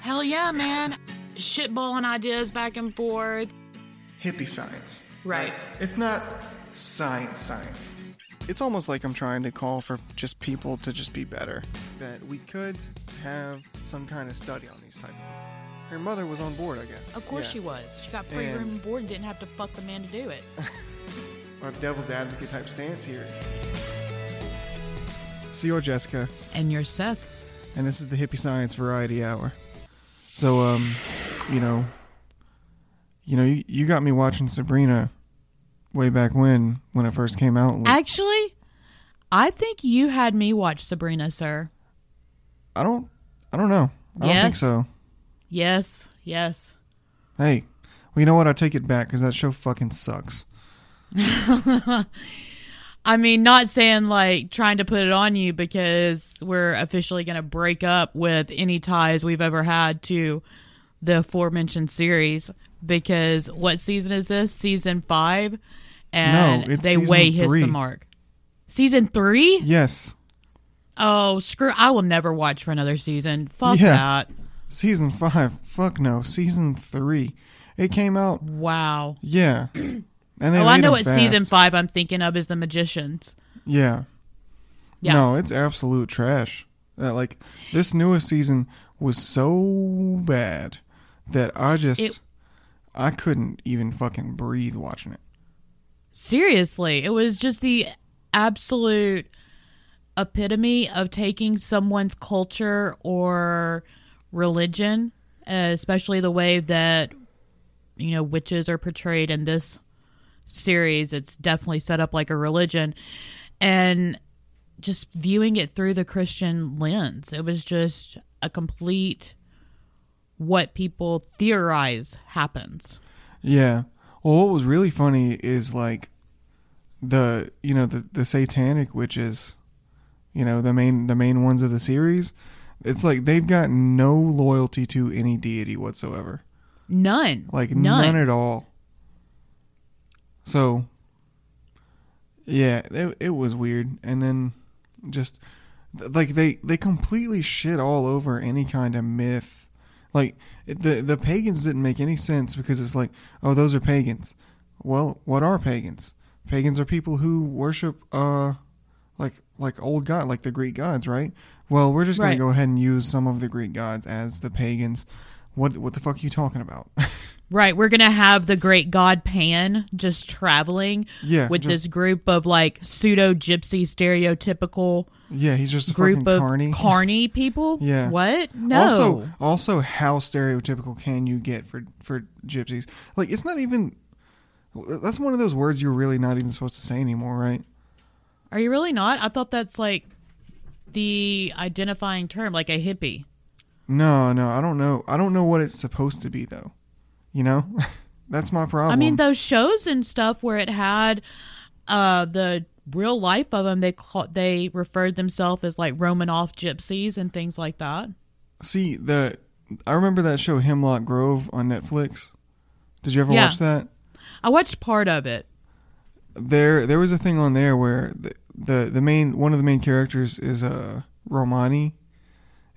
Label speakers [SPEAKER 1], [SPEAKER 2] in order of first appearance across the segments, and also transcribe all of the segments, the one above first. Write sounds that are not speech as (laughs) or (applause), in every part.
[SPEAKER 1] Hell yeah, man. Shitballing ideas back and forth.
[SPEAKER 2] Hippie science.
[SPEAKER 1] Right.
[SPEAKER 2] It's not science science. It's almost like I'm trying to call for just people to just be better. That we could have some kind of study on these type of. Her mother was on board, I guess.
[SPEAKER 1] Of course she was. She got pre room
[SPEAKER 2] And-
[SPEAKER 1] board and didn't have to fuck the man to do it.
[SPEAKER 2] Our devil's advocate type stance here. See your Jessica.
[SPEAKER 1] (laughs) and you're Seth.
[SPEAKER 2] and this is the hippie science variety hour. So, um, you know, you know, you, you got me watching Sabrina way back when when it first came out. I,
[SPEAKER 1] Actually, I think you had me watch Sabrina, sir.
[SPEAKER 2] I don't, I don't know. I don't think
[SPEAKER 1] Yes.
[SPEAKER 2] so.
[SPEAKER 1] Yes, yes.
[SPEAKER 2] Hey, well, you know what? I take it back because that show fucking sucks.
[SPEAKER 1] I mean, not saying like trying to put it on you because we're officially going to break up with any ties we've ever had to the aforementioned series. Because what season is this? Season five, and
[SPEAKER 2] No, it's
[SPEAKER 1] they
[SPEAKER 2] season
[SPEAKER 1] way hits
[SPEAKER 2] three.
[SPEAKER 1] the mark. Season three?
[SPEAKER 2] Yes,
[SPEAKER 1] Oh, screw! I will never watch for another season. Fuck
[SPEAKER 2] Yeah.
[SPEAKER 1] that!
[SPEAKER 2] season five. Fuck no, season three. It came out.
[SPEAKER 1] Wow.
[SPEAKER 2] Yeah, and they
[SPEAKER 1] oh, I
[SPEAKER 2] made
[SPEAKER 1] know
[SPEAKER 2] them
[SPEAKER 1] what season
[SPEAKER 2] fast.
[SPEAKER 1] five I'm thinking of is the Magicians.
[SPEAKER 2] Yeah.
[SPEAKER 1] Yeah.
[SPEAKER 2] No, it's absolute trash. Uh, like this newest season was so bad that I just
[SPEAKER 1] It-
[SPEAKER 2] I couldn't even fucking breathe watching it.
[SPEAKER 1] Seriously, it was just the absolute epitome of taking someone's culture or religion, uh, especially the way that you know witches are portrayed in this series. It's definitely set up like a religion, and just viewing it through the Christian lens, it was just a complete what people theorize happens.
[SPEAKER 2] Yeah. Well, what was really funny is like the you know the the satanic witches, you know the main the main ones of the series. It's like they've got no loyalty to any deity whatsoever.
[SPEAKER 1] None,
[SPEAKER 2] like
[SPEAKER 1] none,
[SPEAKER 2] none, at all. So, yeah, it, it was weird, and then just th- like they they completely shit all over any kind of myth. Like it- the the pagans didn't make any sense because it's like, oh, those are pagans. Well, what are pagans? Pagans are people who worship uh like like old god like the Greek gods, right? Well, we're just gonna
[SPEAKER 1] Right.
[SPEAKER 2] go ahead and use some of the Greek gods as the pagans. What what the fuck are you talking about? (laughs)
[SPEAKER 1] Right, we're gonna have the great god Pan just traveling
[SPEAKER 2] Yeah,
[SPEAKER 1] with
[SPEAKER 2] just-
[SPEAKER 1] this group of like pseudo gypsy stereotypical
[SPEAKER 2] Yeah, he's just a
[SPEAKER 1] group
[SPEAKER 2] fucking
[SPEAKER 1] of
[SPEAKER 2] carny. (laughs)
[SPEAKER 1] carny people.
[SPEAKER 2] Yeah.
[SPEAKER 1] what? No,
[SPEAKER 2] Also, also, how stereotypical can you get for for gypsies? Like, it's not even. That's one of those words you're really not even supposed to say anymore, right?
[SPEAKER 1] are you really not? I thought that's like the identifying term, like a hippie.
[SPEAKER 2] No, no, I don't know. I don't know what it's supposed to be though. You know, (laughs) that's my problem.
[SPEAKER 1] I mean, those shows and stuff where it had uh, the real life of them, they call, they referred themselves as like Romanoff gypsies and things like that.
[SPEAKER 2] see the. I remember that show Hemlock Grove on Netflix. Did you ever
[SPEAKER 1] Yeah.
[SPEAKER 2] watch that?
[SPEAKER 1] I watched part of it.
[SPEAKER 2] there there was a thing on there where the the, the main one of the main characters is uh, Romani,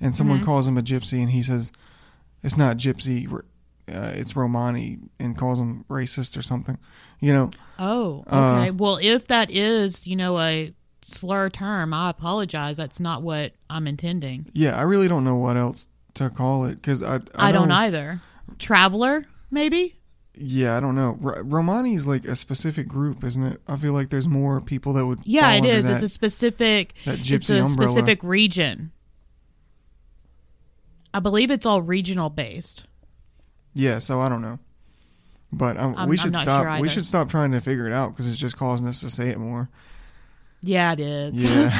[SPEAKER 2] and someone
[SPEAKER 1] Mm-hmm.
[SPEAKER 2] calls him a gypsy, and he says it's not gypsy, r- uh, it's Romani, and calls him racist or something. You know,
[SPEAKER 1] Oh,
[SPEAKER 2] Uh,
[SPEAKER 1] okay. well, if that is, you know, a slur term, I apologize. That's not what I'm intending.
[SPEAKER 2] yeah, I really don't know what else to call it because I
[SPEAKER 1] I, don't
[SPEAKER 2] know-
[SPEAKER 1] either. Traveler, maybe?
[SPEAKER 2] Yeah, I don't know. R- Romani is like a specific group, isn't it? I feel like there's more people that would.
[SPEAKER 1] Yeah,
[SPEAKER 2] fall
[SPEAKER 1] it
[SPEAKER 2] under
[SPEAKER 1] is.
[SPEAKER 2] That.
[SPEAKER 1] It's a specific
[SPEAKER 2] that
[SPEAKER 1] it's
[SPEAKER 2] gypsy
[SPEAKER 1] a
[SPEAKER 2] umbrella.
[SPEAKER 1] specific region. I believe it's all regional based.
[SPEAKER 2] Yeah, so I don't know, but um,
[SPEAKER 1] I'm-
[SPEAKER 2] we
[SPEAKER 1] I'm
[SPEAKER 2] should
[SPEAKER 1] not
[SPEAKER 2] stop.
[SPEAKER 1] sure
[SPEAKER 2] we
[SPEAKER 1] either.
[SPEAKER 2] should stop trying to figure it out because it's just causing us to say it
[SPEAKER 1] (laughs)
[SPEAKER 2] more.
[SPEAKER 1] Yeah, it is.
[SPEAKER 2] Yeah.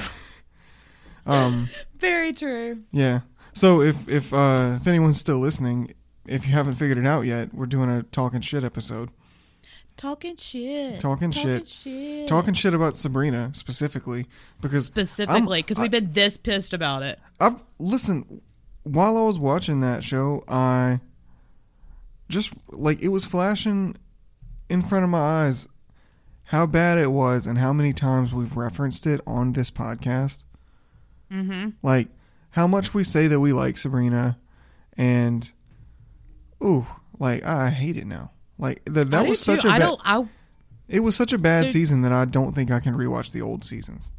[SPEAKER 2] (laughs) um.
[SPEAKER 1] (laughs) Very true.
[SPEAKER 2] Yeah. So if if uh, if anyone's still listening, if you haven't figured it out yet, we're doing a talking shit episode.
[SPEAKER 1] Talking shit.
[SPEAKER 2] Talking shit.
[SPEAKER 1] shit.
[SPEAKER 2] Talking shit about Sabrina specifically because
[SPEAKER 1] specifically
[SPEAKER 2] I'm-
[SPEAKER 1] because
[SPEAKER 2] I-
[SPEAKER 1] we've been this pissed about it.
[SPEAKER 2] I've listen. While I was watching that show, I just like it was flashing in front of my eyes how bad it was and how many times we've referenced it on this podcast.
[SPEAKER 1] Mm-hmm.
[SPEAKER 2] like how much we say that we like Sabrina and ooh, like I hate it now. Like the, that
[SPEAKER 1] I
[SPEAKER 2] was
[SPEAKER 1] do
[SPEAKER 2] such
[SPEAKER 1] too.
[SPEAKER 2] a
[SPEAKER 1] I
[SPEAKER 2] bad,
[SPEAKER 1] don't. I
[SPEAKER 2] it was such a bad
[SPEAKER 1] Dude.
[SPEAKER 2] season that I don't think I can rewatch the old seasons.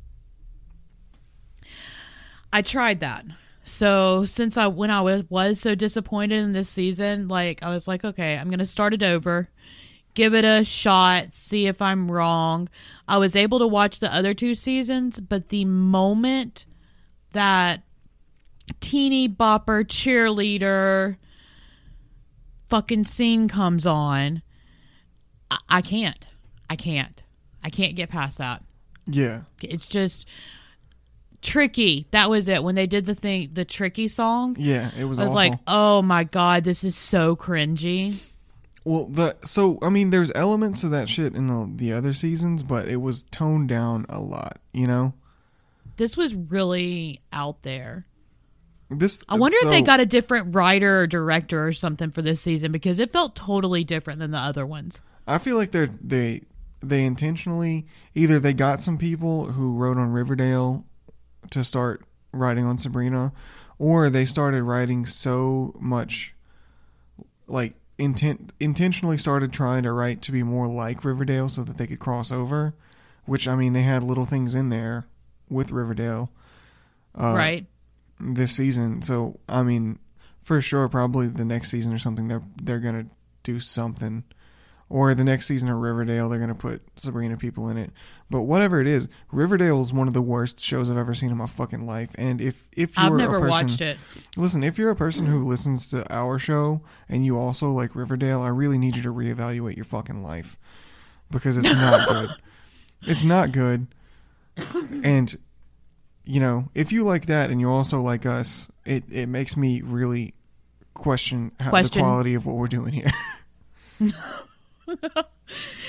[SPEAKER 1] I tried that. So since I when I was was so disappointed in this season, like I was like, okay, I'm gonna start it over, give it a shot, see if I'm wrong. I was able to watch the other two seasons, but the moment that teeny bopper cheerleader fucking scene comes on, I, I can't, I can't, I can't get past that.
[SPEAKER 2] Yeah,
[SPEAKER 1] It's just tricky. That was it. When they did the thing, the tricky song,
[SPEAKER 2] yeah, it was.
[SPEAKER 1] I was
[SPEAKER 2] awful.
[SPEAKER 1] like, oh my God, this is so cringy.
[SPEAKER 2] Well, the so I mean, there's elements of that shit in the the other seasons, but it was toned down a lot. You know,
[SPEAKER 1] This was really out there.
[SPEAKER 2] this.
[SPEAKER 1] I wonder
[SPEAKER 2] so-
[SPEAKER 1] if they got a different writer or director or something for this season because it felt totally different than the other ones.
[SPEAKER 2] I feel like they're they they intentionally either they got some people who wrote on Riverdale to start writing on Sabrina, or they started writing so much like intent intentionally started trying to write to be more like Riverdale so that they could cross over. Which I mean, they had little things in there with Riverdale. Uh,
[SPEAKER 1] right?
[SPEAKER 2] this season. So I mean, for sure, probably the next season or something. They're they're gonna do something, or the next season of Riverdale, they're gonna put Sabrina people in it. But whatever it is, Riverdale is one of the worst shows I've ever seen in my fucking life. And if if you're
[SPEAKER 1] I've never
[SPEAKER 2] a person,
[SPEAKER 1] watched it.
[SPEAKER 2] Listen, if you're a person who listens to our show and you also like Riverdale, I really need you to reevaluate your fucking life because it's
[SPEAKER 1] (laughs)
[SPEAKER 2] not good. It's not good. And you know, if you like that and you also like us, it it makes me really question, how,
[SPEAKER 1] Question.
[SPEAKER 2] the quality of what we're doing here. (laughs)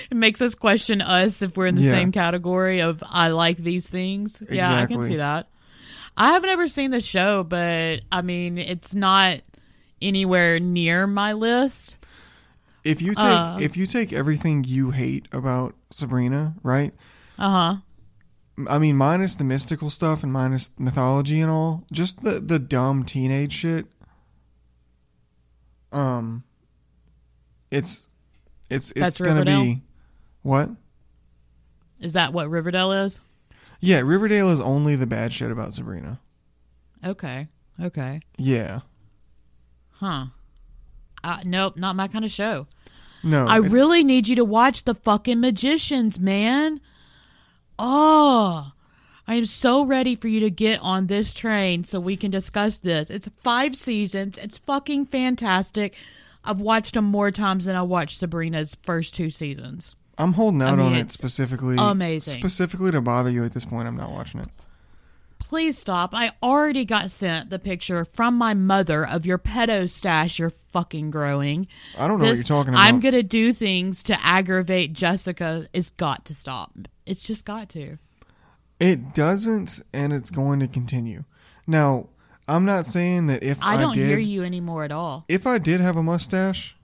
[SPEAKER 1] It makes us question us if we're in the
[SPEAKER 2] Yeah.
[SPEAKER 1] same category of I like these things. Yeah, I can
[SPEAKER 2] Exactly.
[SPEAKER 1] see that. I haven't ever seen the show, but I mean, it's not anywhere near my list.
[SPEAKER 2] If you take
[SPEAKER 1] Uh.
[SPEAKER 2] if you take everything you hate about Sabrina, right?
[SPEAKER 1] Uh huh.
[SPEAKER 2] I mean, minus the mystical stuff and minus mythology and all, just the the dumb teenage shit. Um, it's it's it's
[SPEAKER 1] That's
[SPEAKER 2] gonna
[SPEAKER 1] Riverdale?
[SPEAKER 2] be what?
[SPEAKER 1] Is that what Riverdale is?
[SPEAKER 2] Yeah, Riverdale is only the bad shit about Sabrina.
[SPEAKER 1] Okay. Okay.
[SPEAKER 2] Yeah,
[SPEAKER 1] Huh. Uh, nope, not my kind of show.
[SPEAKER 2] no,
[SPEAKER 1] I
[SPEAKER 2] it's-
[SPEAKER 1] really need you to watch The Fucking Magicians, man. Oh, I am so ready for you to get on this train so we can discuss this. It's five seasons, it's fucking fantastic. I've watched them more times than I watched Sabrina's first two seasons.
[SPEAKER 2] I'm holding out
[SPEAKER 1] mean,
[SPEAKER 2] on it
[SPEAKER 1] it's
[SPEAKER 2] specifically,
[SPEAKER 1] amazing.
[SPEAKER 2] specifically to bother you at this point. I'm not watching it.
[SPEAKER 1] Please stop. I already got sent the picture from my mother of your pedo stash you're fucking growing.
[SPEAKER 2] I don't know
[SPEAKER 1] This,
[SPEAKER 2] what you're talking about.
[SPEAKER 1] I'm gonna do things to aggravate Jessica. It's got to stop. It's just got to.
[SPEAKER 2] It doesn't, and it's going to continue. Now, I'm not saying that if
[SPEAKER 1] I
[SPEAKER 2] I,
[SPEAKER 1] don't
[SPEAKER 2] did,
[SPEAKER 1] hear you anymore at all.
[SPEAKER 2] if I did have a mustache.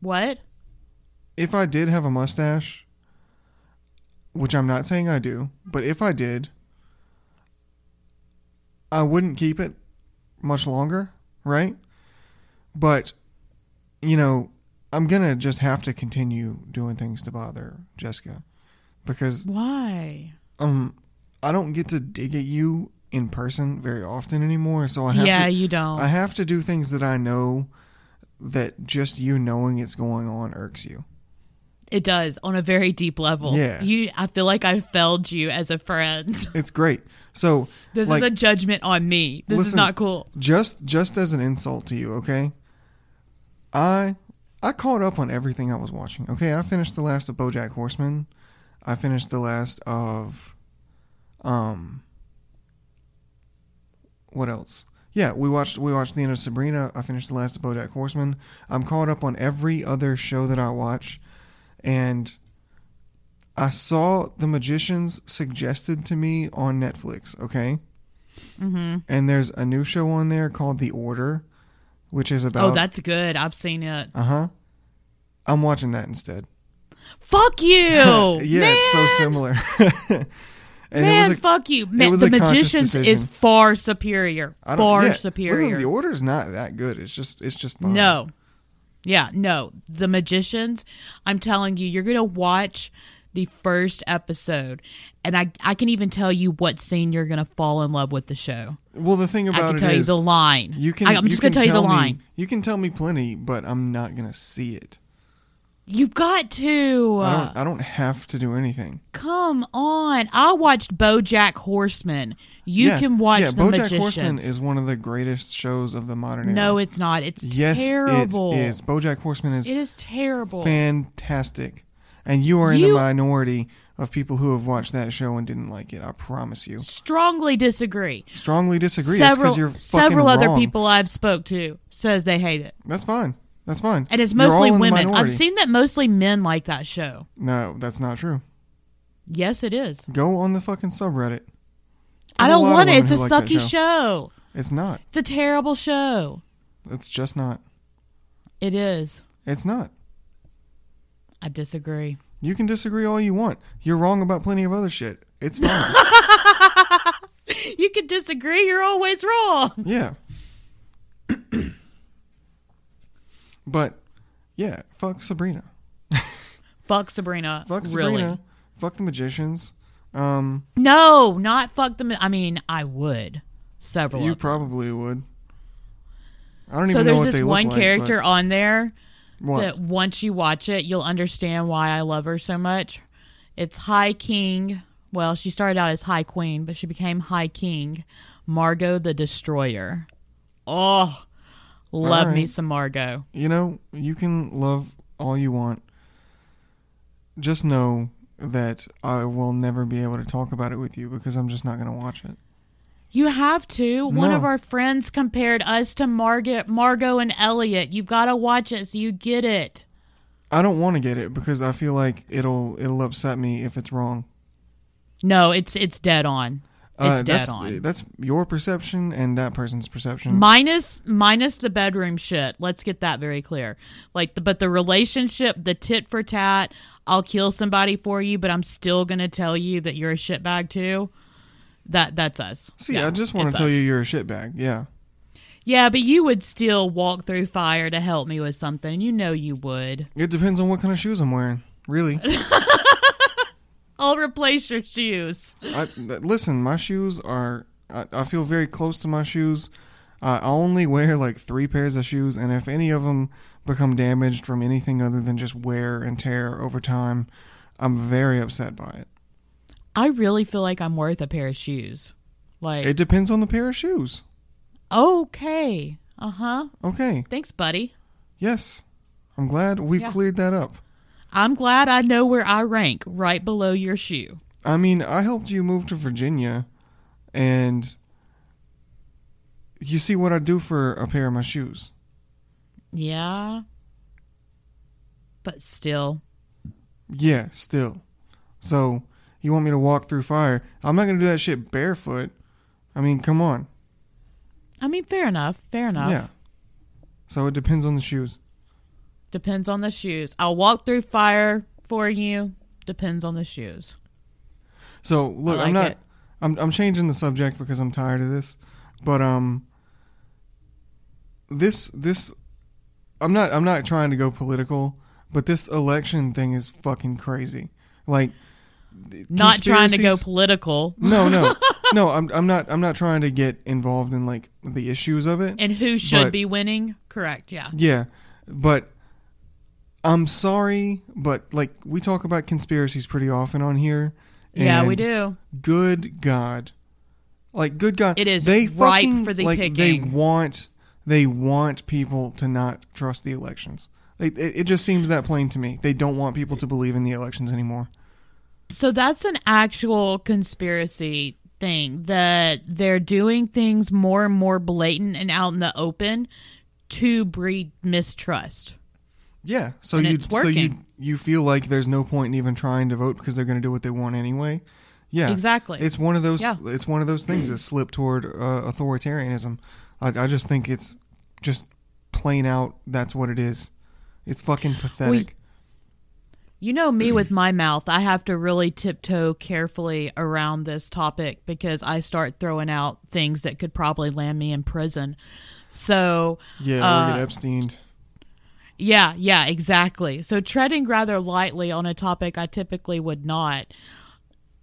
[SPEAKER 1] What?
[SPEAKER 2] if I did have a mustache, which I'm not saying I do, but if I did, I wouldn't keep it much longer, right? But, you know, I'm going to just have to continue doing things to bother Jessica because
[SPEAKER 1] Why?
[SPEAKER 2] um I don't get to dig at you in person very often anymore, so I have
[SPEAKER 1] Yeah,
[SPEAKER 2] to
[SPEAKER 1] you don't.
[SPEAKER 2] I have to do things that I know that just you knowing it's going on irks you.
[SPEAKER 1] it does on a very deep level.
[SPEAKER 2] Yeah.
[SPEAKER 1] You. I feel like I failed you as a friend. (laughs)
[SPEAKER 2] It's great. So
[SPEAKER 1] this
[SPEAKER 2] like,
[SPEAKER 1] is a judgment on me. This is
[SPEAKER 2] Listen,
[SPEAKER 1] not cool.
[SPEAKER 2] just just as an insult to you, okay? I I caught up on everything I was watching. Okay, I finished the last of BoJack Horseman. I finished the last of um what else? Yeah, we watched we watched the end of Sabrina. I finished the last of BoJack Horseman. I'm caught up on every other show that I watch and I saw The Magicians suggested to me on Netflix, okay?
[SPEAKER 1] hmm
[SPEAKER 2] and there's a new show on there called The Order, which is about.
[SPEAKER 1] Oh, that's good. I've seen it.
[SPEAKER 2] Uh huh.
[SPEAKER 1] (laughs)
[SPEAKER 2] I'm watching that instead.
[SPEAKER 1] Fuck you.
[SPEAKER 2] (laughs) yeah, it's so
[SPEAKER 1] Oh, man!
[SPEAKER 2] similar. (laughs) And it was
[SPEAKER 1] Man,
[SPEAKER 2] a-
[SPEAKER 1] fuck you. Ma-
[SPEAKER 2] was
[SPEAKER 1] the
[SPEAKER 2] a conscious
[SPEAKER 1] Magicians is
[SPEAKER 2] decision.
[SPEAKER 1] far superior.
[SPEAKER 2] I don't-
[SPEAKER 1] Far
[SPEAKER 2] yeah, literally,
[SPEAKER 1] superior.
[SPEAKER 2] The order's not that good. It's just it's just fine.
[SPEAKER 1] No. Yeah, no. The Magicians, I'm telling you, you're going to watch the first episode and I I can even tell you what scene you're going to fall in love with the show.
[SPEAKER 2] Well, the thing
[SPEAKER 1] I
[SPEAKER 2] about
[SPEAKER 1] can
[SPEAKER 2] it
[SPEAKER 1] tell you
[SPEAKER 2] is,
[SPEAKER 1] the line.
[SPEAKER 2] you can.
[SPEAKER 1] I, am
[SPEAKER 2] you
[SPEAKER 1] just going to
[SPEAKER 2] can
[SPEAKER 1] tell you the
[SPEAKER 2] me-
[SPEAKER 1] line.
[SPEAKER 2] You can tell me plenty, but I'm not gonna see it.
[SPEAKER 1] You've got to
[SPEAKER 2] I
[SPEAKER 1] uh,
[SPEAKER 2] don't. I don't have to do anything.
[SPEAKER 1] come on. I watched BoJack Horseman. You
[SPEAKER 2] Yeah,
[SPEAKER 1] can watch
[SPEAKER 2] Yeah,
[SPEAKER 1] the
[SPEAKER 2] BoJack
[SPEAKER 1] Magicians.
[SPEAKER 2] Horseman is one of the greatest shows of the modern era.
[SPEAKER 1] no, it's not. It's
[SPEAKER 2] yes,
[SPEAKER 1] terrible.
[SPEAKER 2] it is. BoJack Horseman is
[SPEAKER 1] It is terrible.
[SPEAKER 2] fantastic, and you are in the
[SPEAKER 1] You-
[SPEAKER 2] minority of people who have watched that show and didn't like it. I promise you.
[SPEAKER 1] Strongly disagree.
[SPEAKER 2] Strongly disagree. It's
[SPEAKER 1] several
[SPEAKER 2] 'cause you're fucking
[SPEAKER 1] several other
[SPEAKER 2] wrong.
[SPEAKER 1] people I've spoke to says they hate it,
[SPEAKER 2] That's fine. That's fine.
[SPEAKER 1] and it's
[SPEAKER 2] You're all
[SPEAKER 1] mostly
[SPEAKER 2] in the
[SPEAKER 1] women. I've
[SPEAKER 2] minority.
[SPEAKER 1] seen that mostly men like that show.
[SPEAKER 2] No, that's not true.
[SPEAKER 1] Yes, it is.
[SPEAKER 2] Go on the fucking subreddit.
[SPEAKER 1] I
[SPEAKER 2] There's a
[SPEAKER 1] don't
[SPEAKER 2] lot of
[SPEAKER 1] want it.
[SPEAKER 2] women
[SPEAKER 1] It's a
[SPEAKER 2] who like that
[SPEAKER 1] sucky show.
[SPEAKER 2] show. It's not.
[SPEAKER 1] It's a terrible show.
[SPEAKER 2] It's just not.
[SPEAKER 1] It is.
[SPEAKER 2] It's not.
[SPEAKER 1] I disagree. (laughs)
[SPEAKER 2] You can disagree all you want. You're wrong about plenty of other shit.
[SPEAKER 1] (laughs)
[SPEAKER 2] It's fine.
[SPEAKER 1] You can disagree. You're always wrong.
[SPEAKER 2] yeah. but yeah, fuck Sabrina.
[SPEAKER 1] Fuck Sabrina.
[SPEAKER 2] Fuck Sabrina.
[SPEAKER 1] really.
[SPEAKER 2] Fuck the magicians. Um,
[SPEAKER 1] No, not fuck them. I mean, I would several.
[SPEAKER 2] you
[SPEAKER 1] of them.
[SPEAKER 2] probably would. I don't
[SPEAKER 1] so
[SPEAKER 2] even know
[SPEAKER 1] there's
[SPEAKER 2] what
[SPEAKER 1] this
[SPEAKER 2] they look
[SPEAKER 1] one
[SPEAKER 2] like,
[SPEAKER 1] character on there
[SPEAKER 2] but- What?
[SPEAKER 1] that once you watch it, you'll understand why I love her so much. It's High King. Well, she started out as High Queen, but she became High King. Margot the Destroyer. Oh, love me
[SPEAKER 2] right.
[SPEAKER 1] some Margot.
[SPEAKER 2] you know, you can love all you want. Just know that I will never be able to talk about it with you because I'm just not going to watch it.
[SPEAKER 1] You have to. One
[SPEAKER 2] No.
[SPEAKER 1] of our friends compared us to Margot, Margot and Elliot. You've got to watch it so you get it.
[SPEAKER 2] I don't want to get it because I feel like it'll it'll upset me if it's wrong.
[SPEAKER 1] No, it's it's dead on. It's dead
[SPEAKER 2] Uh, that's,
[SPEAKER 1] on.
[SPEAKER 2] That's your perception and that person's perception.
[SPEAKER 1] minus minus the bedroom shit let's get that very clear like the, but the relationship the tit for tat i'll kill somebody for you but i'm still gonna tell you that you're a shitbag too that that's us
[SPEAKER 2] See,
[SPEAKER 1] Yeah,
[SPEAKER 2] I just want
[SPEAKER 1] it's
[SPEAKER 2] to tell
[SPEAKER 1] us.
[SPEAKER 2] you you're a shitbag. Yeah.
[SPEAKER 1] yeah but you would still walk through fire to help me with something you know you would
[SPEAKER 2] It depends on what kind of shoes I'm wearing. Really.
[SPEAKER 1] i'll replace your shoes
[SPEAKER 2] I, th- listen, my shoes are. I, I feel very close to my shoes. I I only wear like three pairs of shoes, and if any of them become damaged from anything other than just wear and tear over time, I'm very upset by it.
[SPEAKER 1] i really feel like i'm worth a pair of shoes like
[SPEAKER 2] It depends on the pair of shoes.
[SPEAKER 1] okay uh-huh
[SPEAKER 2] Okay.
[SPEAKER 1] thanks buddy
[SPEAKER 2] Yes. I'm glad we've
[SPEAKER 1] Yeah.
[SPEAKER 2] cleared that up.
[SPEAKER 1] i'm glad i know where i rank right below your shoe
[SPEAKER 2] I mean, I helped you move to Virginia, and you see what I do for a pair of my shoes.
[SPEAKER 1] Yeah. But still.
[SPEAKER 2] Yeah, still. So you want me to walk through fire? I'm not gonna do that shit barefoot. I mean, come on.
[SPEAKER 1] I mean, fair enough. Fair enough.
[SPEAKER 2] Yeah. So it depends on the shoes.
[SPEAKER 1] Depends on the shoes. I'll walk through fire for you. Depends on the shoes.
[SPEAKER 2] So look,
[SPEAKER 1] like
[SPEAKER 2] I'm not.
[SPEAKER 1] it.
[SPEAKER 2] I'm I'm changing the subject because I'm tired of this. But um, this this, I'm not I'm not trying to go political, but this election thing is fucking crazy. Like,
[SPEAKER 1] Not trying to go
[SPEAKER 2] conspiracies-
[SPEAKER 1] political
[SPEAKER 2] no, no,
[SPEAKER 1] (laughs)
[SPEAKER 2] no. I'm I'm not I'm not trying to get involved in like the issues of it.
[SPEAKER 1] and who should
[SPEAKER 2] But-
[SPEAKER 1] be winning. Correct. Yeah.
[SPEAKER 2] Yeah, but I'm sorry, but like we talk about conspiracies pretty often on here.
[SPEAKER 1] yeah,
[SPEAKER 2] and
[SPEAKER 1] we do.
[SPEAKER 2] Good God, like good God,
[SPEAKER 1] It is
[SPEAKER 2] they
[SPEAKER 1] ripe
[SPEAKER 2] fucking,
[SPEAKER 1] for the
[SPEAKER 2] like, They
[SPEAKER 1] picking.
[SPEAKER 2] want they want people to not trust the elections. Like, it, it just seems that plain to me. They don't want people to believe in the elections anymore.
[SPEAKER 1] So that's an actual conspiracy thing that they're doing things more and more blatant and out in the open to breed mistrust.
[SPEAKER 2] Yeah, so
[SPEAKER 1] And
[SPEAKER 2] you
[SPEAKER 1] it's
[SPEAKER 2] so you
[SPEAKER 1] working.
[SPEAKER 2] you feel like there's no point in even trying to vote because they're going to do what they want anyway. Yeah,
[SPEAKER 1] Exactly.
[SPEAKER 2] It's one of those.
[SPEAKER 1] Yeah.
[SPEAKER 2] It's one of those things
[SPEAKER 1] (clears throat)
[SPEAKER 2] that slip toward uh, authoritarianism. Like I just think it's just plain out. That's what it is. It's fucking pathetic.
[SPEAKER 1] You know me with my mouth. I have to really tiptoe carefully around this topic because I start throwing out things that could probably land me in prison. So,
[SPEAKER 2] Yeah,
[SPEAKER 1] Uh,
[SPEAKER 2] we get Epstein.
[SPEAKER 1] yeah, yeah, exactly. So, treading rather lightly on a topic I typically would not.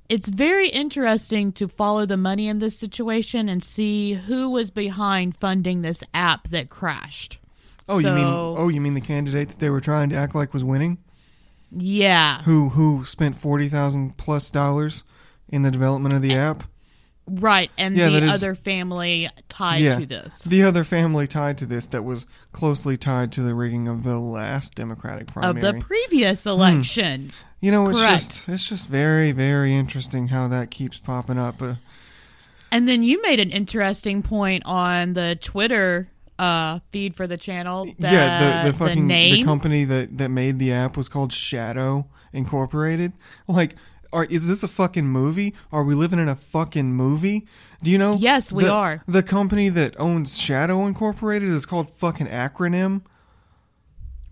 [SPEAKER 1] It's very interesting to follow the money in this situation and see who was behind funding this app that crashed.
[SPEAKER 2] Oh, you mean
[SPEAKER 1] So-
[SPEAKER 2] oh, you mean the candidate that they were trying to act like was winning,
[SPEAKER 1] Yeah.
[SPEAKER 2] who who spent forty thousand plus dollars in the development of the app.
[SPEAKER 1] Right, and
[SPEAKER 2] Yeah, that
[SPEAKER 1] the
[SPEAKER 2] is-
[SPEAKER 1] other family tied
[SPEAKER 2] Yeah.
[SPEAKER 1] to this.
[SPEAKER 2] The other family tied to this that was closely tied to the rigging of the last Democratic
[SPEAKER 1] Of
[SPEAKER 2] primary. Hmm.
[SPEAKER 1] the previous election.
[SPEAKER 2] you know, it's
[SPEAKER 1] Correct.
[SPEAKER 2] just it's just very very interesting how that keeps popping up. Uh,
[SPEAKER 1] And then you made an interesting point on the Twitter uh, feed for the channel. That
[SPEAKER 2] yeah, the, the fucking
[SPEAKER 1] name.
[SPEAKER 2] the company that that made the app was called Shadow Incorporated. Like, are is this a fucking movie? Are we living in a fucking movie? Do you know?
[SPEAKER 1] Yes, we
[SPEAKER 2] the-
[SPEAKER 1] are.
[SPEAKER 2] The company that owns Shadow Incorporated is called fucking acronym.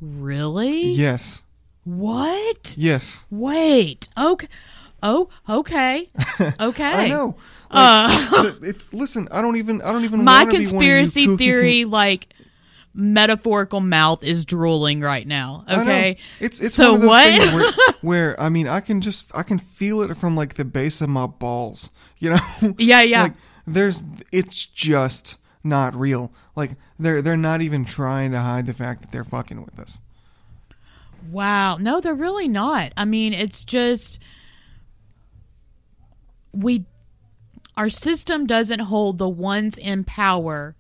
[SPEAKER 1] really?
[SPEAKER 2] Yes,
[SPEAKER 1] What?
[SPEAKER 2] yes,
[SPEAKER 1] Wait. Okay. Oh, okay. Okay.
[SPEAKER 2] (laughs) I know. Like,
[SPEAKER 1] (laughs)
[SPEAKER 2] th- it's, listen, I don't even. I don't even.
[SPEAKER 1] Uh. My
[SPEAKER 2] wanna be one of you
[SPEAKER 1] conspiracy
[SPEAKER 2] kooky
[SPEAKER 1] theory, like metaphorical mouth, is drooling right now.
[SPEAKER 2] I know.
[SPEAKER 1] Okay.
[SPEAKER 2] It's it's
[SPEAKER 1] so
[SPEAKER 2] one of those
[SPEAKER 1] what? (laughs)
[SPEAKER 2] things where, where I mean I can just I can feel it from like the base of my balls, you know. (laughs)
[SPEAKER 1] Yeah, yeah.
[SPEAKER 2] Like there's it's just not real. Like they're they're not even trying to hide the fact that they're fucking with us.
[SPEAKER 1] Wow. No, they're really not. I mean, it's just we our system doesn't hold the ones in power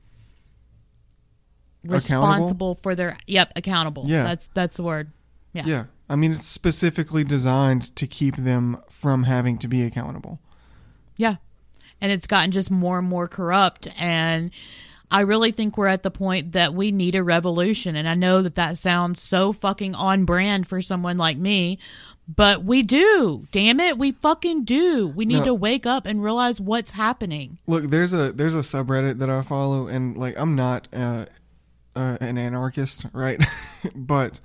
[SPEAKER 1] responsible for their yep, accountable.
[SPEAKER 2] Yeah.
[SPEAKER 1] That's that's the word. Yeah.
[SPEAKER 2] Yeah. I mean it's specifically designed to keep them from having to be accountable.
[SPEAKER 1] Yeah. And it's gotten just more and more corrupt. And I really think we're at the point that we need a revolution. And I know that that sounds so fucking on brand for someone like me, but we do. Damn it. We fucking do. We need
[SPEAKER 2] No.
[SPEAKER 1] to wake up and realize what's happening.
[SPEAKER 2] Look, there's a there's a subreddit that I follow, and like I'm not uh, uh, an anarchist, right? (laughs) but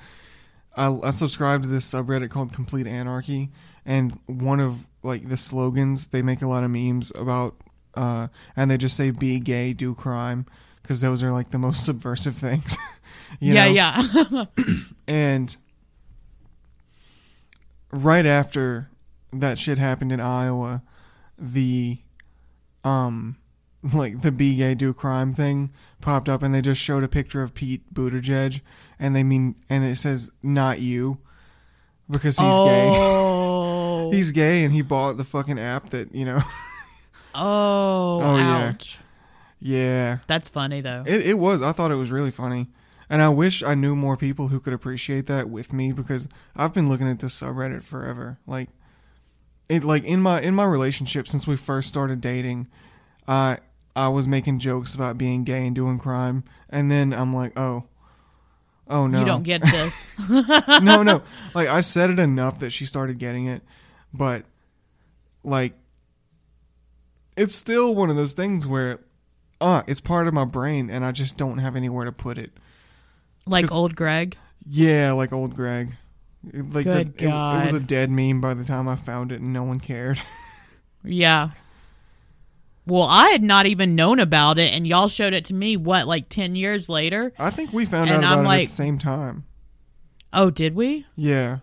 [SPEAKER 2] I, I subscribe to this subreddit called Complete Anarchy, and one of like the slogans they make a lot of memes about, uh, and they just say "Be gay, do crime," because those are like the most (laughs) subversive things. you
[SPEAKER 1] yeah,
[SPEAKER 2] know? (laughs)
[SPEAKER 1] yeah.
[SPEAKER 2] And right after that shit happened in Iowa, the um (laughs) like the be gay do crime thing popped up and they just showed a picture of Pete Buttigieg and they mean and it says not you because he's gay.
[SPEAKER 1] oh.
[SPEAKER 2] (laughs) He's gay and he bought the fucking app that, you know. (laughs)
[SPEAKER 1] oh.
[SPEAKER 2] Oh, yeah.
[SPEAKER 1] ouch.
[SPEAKER 2] yeah.
[SPEAKER 1] That's funny, though.
[SPEAKER 2] It, it was. I thought it was really funny. And I wish I knew more people who could appreciate that with me because I've been looking at this subreddit forever. Like it like in my in my relationship since we first started dating, I I was making jokes about being gay and doing crime and then I'm like, "Oh. Oh no."
[SPEAKER 1] You don't get
[SPEAKER 2] (laughs)
[SPEAKER 1] this.
[SPEAKER 2] no, no. Like I said it enough that she started getting it, but like it's still one of those things where uh it's part of my brain and I just don't have anywhere to put it.
[SPEAKER 1] like
[SPEAKER 2] 'Cause-
[SPEAKER 1] old Greg.
[SPEAKER 2] Yeah, like old Greg. It- Like
[SPEAKER 1] Good
[SPEAKER 2] the- it- It, was a
[SPEAKER 1] God.
[SPEAKER 2] dead meme by the time I found it and no one cared. (laughs)
[SPEAKER 1] Yeah. Well, I had not even known about it, and y'all showed it to me, what, like 10 years later?
[SPEAKER 2] I think we found
[SPEAKER 1] And
[SPEAKER 2] out about
[SPEAKER 1] I'm
[SPEAKER 2] it at
[SPEAKER 1] like-
[SPEAKER 2] the same time.
[SPEAKER 1] Oh, did we?
[SPEAKER 2] Yeah.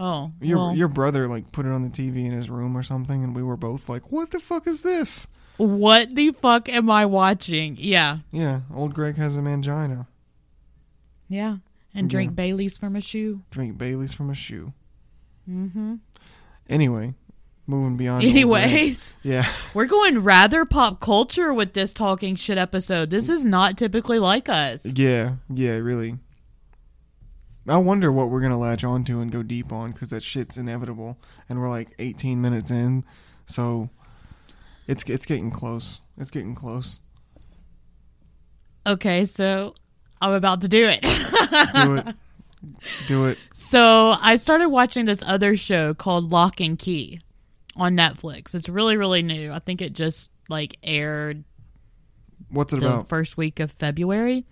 [SPEAKER 1] Oh.
[SPEAKER 2] Your
[SPEAKER 1] well,
[SPEAKER 2] your brother like put it on the TV in his room or something and we were both like, "What the fuck is this?"
[SPEAKER 1] what the fuck am I watching? Yeah.
[SPEAKER 2] Yeah, old Greg has a mangina.
[SPEAKER 1] Yeah. And drink Bailey's from a shoe.
[SPEAKER 2] Drink Bailey's from a shoe.
[SPEAKER 1] Mm-hmm.
[SPEAKER 2] Anyway, moving beyond. Old Greg.
[SPEAKER 1] Anyways,
[SPEAKER 2] yeah,
[SPEAKER 1] we're going rather pop culture with this talking shit episode. This is not typically like us.
[SPEAKER 2] yeah, yeah. Really, I wonder what we're gonna latch onto and go deep on because that shit's inevitable, and we're like 18 minutes in, so it's it's getting close. It's getting close.
[SPEAKER 1] Okay, so I'm about to do it. (laughs)
[SPEAKER 2] Do it, do it.
[SPEAKER 1] So I started watching this other show called Lock and Key on Netflix. It's really, really new. I think it just like aired
[SPEAKER 2] What's it
[SPEAKER 1] the
[SPEAKER 2] about?
[SPEAKER 1] first week of February.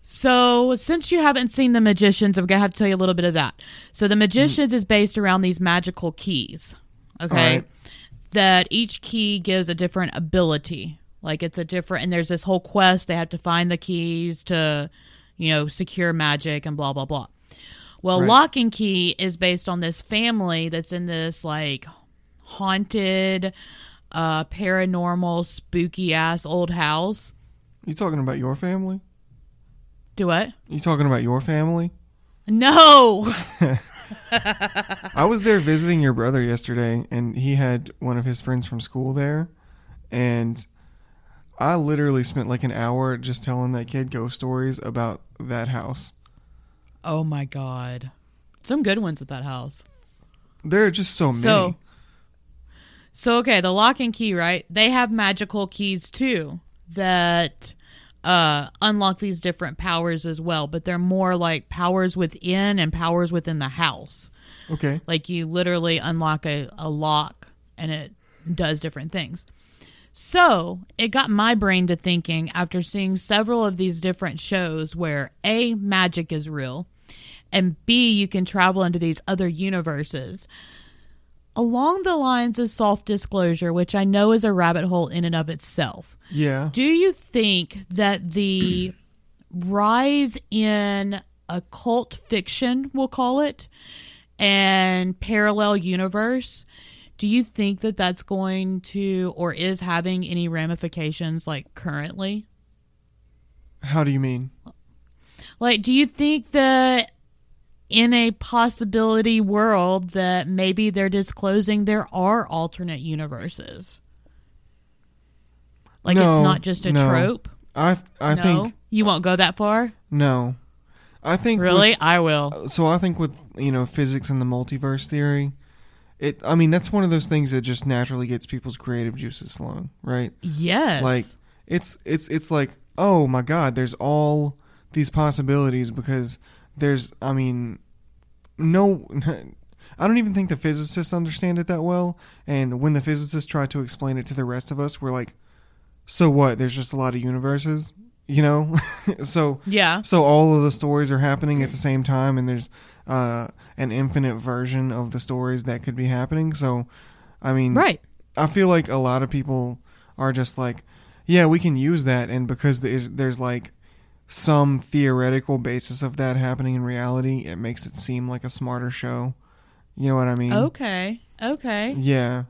[SPEAKER 1] So, since you haven't seen The Magicians, I'm going to have to tell you a little bit of that. So, The Magicians is based around these magical keys, okay?
[SPEAKER 2] Alright.
[SPEAKER 1] That each key gives a different ability. Like, it's a different, and there's this whole quest. They have to find the keys to, you know, secure magic and blah, blah, blah. Well,
[SPEAKER 2] Right.
[SPEAKER 1] Lock and Key is based on this family that's in this, like, haunted, uh, paranormal, spooky ass old house.
[SPEAKER 2] You talking about your family?
[SPEAKER 1] Do what?
[SPEAKER 2] You talking about your family?
[SPEAKER 1] No!
[SPEAKER 2] I was there visiting your brother yesterday, and he had one of his friends from school there, and I literally spent like an hour just telling that kid ghost stories about that house.
[SPEAKER 1] Oh my god. Some good ones at that house.
[SPEAKER 2] There are just so many.
[SPEAKER 1] So So okay, the lock and key, right? They have magical keys too that uh unlock these different powers as well, but they're more like powers within and powers within the house.
[SPEAKER 2] okay,
[SPEAKER 1] Like you literally unlock a, a lock and it does different things. So it got my brain to thinking after seeing several of these different shows where A, magic is real, and B, you can travel into these other universes. Along the lines of soft disclosure, which I know is a rabbit hole in and of itself,
[SPEAKER 2] yeah,
[SPEAKER 1] do you think that the rise in occult fiction, we'll call it, and parallel universe, do you think that that's going to or is having any ramifications like currently?
[SPEAKER 2] how do you mean?
[SPEAKER 1] Like, do you think that in a possibility world that maybe they're disclosing there are alternate universes? Like, it's
[SPEAKER 2] No,
[SPEAKER 1] not just a
[SPEAKER 2] no.
[SPEAKER 1] trope?
[SPEAKER 2] I I
[SPEAKER 1] no,
[SPEAKER 2] think
[SPEAKER 1] you won't go that far.
[SPEAKER 2] no, I think with-
[SPEAKER 1] Really, I will.
[SPEAKER 2] so I think with you know physics and the multiverse theory, it I mean that's one of those things that just naturally gets people's creative juices flowing, right?
[SPEAKER 1] Yes,
[SPEAKER 2] Like it's it's it's like oh my god, there's all these possibilities because there's I mean no (laughs) I don't even think the physicists understand it that well and when the physicists try to explain it to the rest of us we're like so what there's just a lot of universes you know (laughs) so
[SPEAKER 1] yeah,
[SPEAKER 2] so all of the stories are happening at the same time, and there's uh, an infinite version of the stories that could be happening. So, I mean,
[SPEAKER 1] right.
[SPEAKER 2] I feel like a lot of people are just like, yeah, we can use that, and because there's, there's like some theoretical basis of that happening in reality, it makes it seem like a smarter show. You know what I mean?
[SPEAKER 1] Okay, okay.
[SPEAKER 2] Yeah.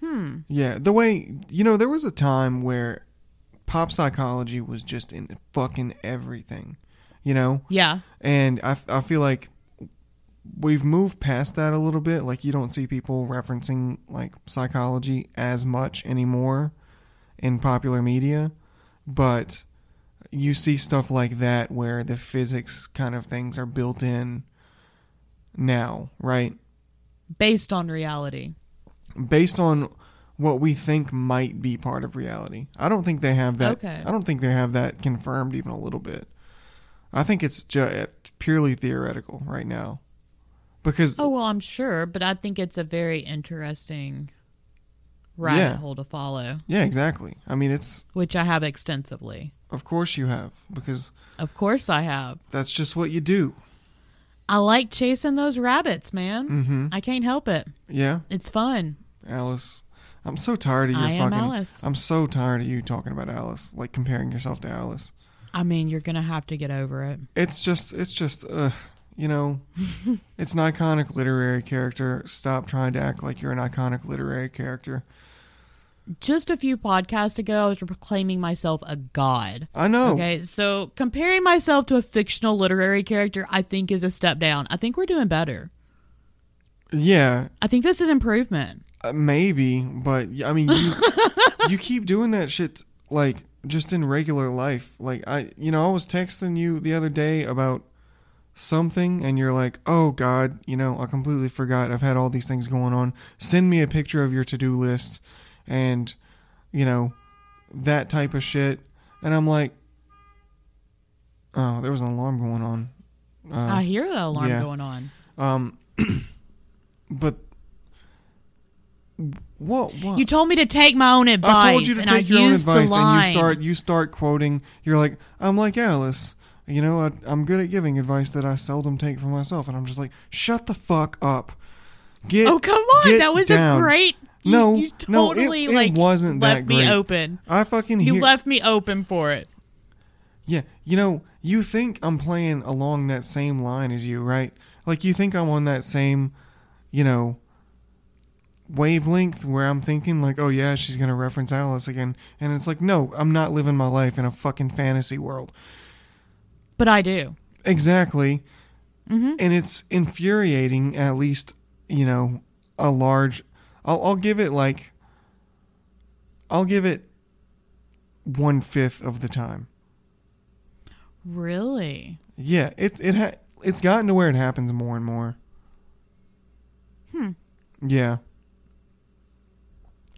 [SPEAKER 1] Hmm.
[SPEAKER 2] Yeah, the way you know, there was a time where pop psychology was just in fucking everything. You know,
[SPEAKER 1] Yeah,
[SPEAKER 2] and I, I feel like we've moved past that a little bit like you don't see people referencing like psychology as much anymore in popular media but you see stuff like that where the physics kind of things are built in now right
[SPEAKER 1] based on reality.
[SPEAKER 2] based on what we think might be part of reality. I don't think they have that.
[SPEAKER 1] Okay.
[SPEAKER 2] I don't think they have that confirmed even a little bit. I think it's ju- eh, purely theoretical right now, because
[SPEAKER 1] Oh well, I'm sure, but I think it's a very interesting rabbit
[SPEAKER 2] Yeah.
[SPEAKER 1] hole to follow,
[SPEAKER 2] yeah, exactly. I mean, it's
[SPEAKER 1] which I have extensively.
[SPEAKER 2] of course you have because
[SPEAKER 1] Of course, I have.
[SPEAKER 2] that's just what you do.
[SPEAKER 1] I like chasing those rabbits, man.
[SPEAKER 2] Mhm.
[SPEAKER 1] I can't help it.
[SPEAKER 2] Yeah,
[SPEAKER 1] It's fun.
[SPEAKER 2] Alice. I'm so tired of your
[SPEAKER 1] I am
[SPEAKER 2] fucking.
[SPEAKER 1] Alice.
[SPEAKER 2] I'm so tired of you talking about Alice, like comparing yourself to Alice.
[SPEAKER 1] I mean, you're gonna have to get over it.
[SPEAKER 2] It's just, it's just, uh, you know, it's an iconic literary character. Stop trying to act like you're an iconic literary character.
[SPEAKER 1] Just a few podcasts ago, I was proclaiming myself a god.
[SPEAKER 2] I know.
[SPEAKER 1] Okay, so comparing myself to a fictional literary character, I think is a step down. I think we're doing better.
[SPEAKER 2] Yeah,
[SPEAKER 1] I think this is improvement.
[SPEAKER 2] uh, maybe, but y- I mean, you, you keep doing that shit like just in regular life. Like I, you know, I was texting you the other day about something, and you're like, "Oh God, you know, I completely forgot. I've had all these things going on. Send me a picture of your to do list, and you know, that type of shit." And I'm like, "Oh, there was an alarm going on." Uh,
[SPEAKER 1] I hear the alarm
[SPEAKER 2] yeah.
[SPEAKER 1] going on.
[SPEAKER 2] Um, (clears throat) but what? what?
[SPEAKER 1] You told me to take my own advice.
[SPEAKER 2] I told you to
[SPEAKER 1] and I
[SPEAKER 2] take your own
[SPEAKER 1] used the
[SPEAKER 2] advice, and you
[SPEAKER 1] line.
[SPEAKER 2] start you start quoting. You're like, I'm like Alice. you know, I, I'm good at giving advice that I seldom take for myself, and I'm just like, shut the fuck up. Get
[SPEAKER 1] Oh come on,
[SPEAKER 2] get
[SPEAKER 1] that was
[SPEAKER 2] down.
[SPEAKER 1] a great. You,
[SPEAKER 2] No,
[SPEAKER 1] you
[SPEAKER 2] no, it-
[SPEAKER 1] totally
[SPEAKER 2] it
[SPEAKER 1] like
[SPEAKER 2] wasn't that
[SPEAKER 1] left me
[SPEAKER 2] great.
[SPEAKER 1] open.
[SPEAKER 2] I fucking
[SPEAKER 1] You
[SPEAKER 2] hear-
[SPEAKER 1] left me open for it.
[SPEAKER 2] Yeah, you know, you think I'm playing along that same line as you, right? Like you think I'm on that same, you know, wavelength where I'm thinking like, oh yeah, she's gonna reference Alice again, and it's like, no, I'm not living my life in a fucking fantasy world.
[SPEAKER 1] But I do.
[SPEAKER 2] Exactly, and it's infuriating. At least, you know, a large. I'll, I'll give it like. I'll give it one fifth of the time.
[SPEAKER 1] Really?
[SPEAKER 2] Yeah, it it ha- it's gotten to where it happens more and more. Hmm. Yeah.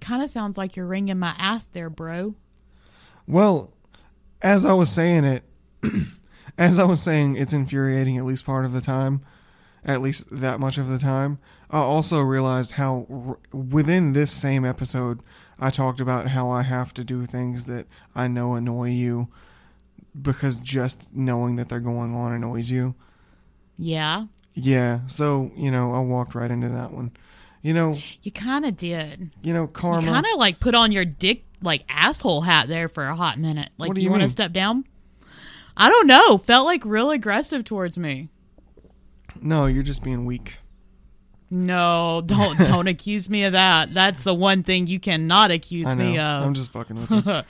[SPEAKER 1] Kind of sounds like you're wringing my ass there, bro.
[SPEAKER 2] Well, as I was saying it, (clears throat) as I was saying, it's infuriating at least part of the time, at least that much of the time. I also realized how r- within this same episode, I talked about how I have to do things that I know annoy you because just knowing that they're going on annoys you.
[SPEAKER 1] Yeah,
[SPEAKER 2] Yeah, so you know, I walked right into that one. You know,
[SPEAKER 1] you kind of did.
[SPEAKER 2] you know, karma.
[SPEAKER 1] You kind of like put on your dick like asshole hat there for a hot minute. Like
[SPEAKER 2] What do
[SPEAKER 1] you,
[SPEAKER 2] you
[SPEAKER 1] want to
[SPEAKER 2] mean?
[SPEAKER 1] step down? I don't know. Felt like real aggressive towards me.
[SPEAKER 2] no, you're just being weak.
[SPEAKER 1] No, don't
[SPEAKER 2] (laughs)
[SPEAKER 1] don't accuse me of that. That's the one thing you cannot accuse
[SPEAKER 2] I know.
[SPEAKER 1] me uh, of.
[SPEAKER 2] I'm just fucking with you.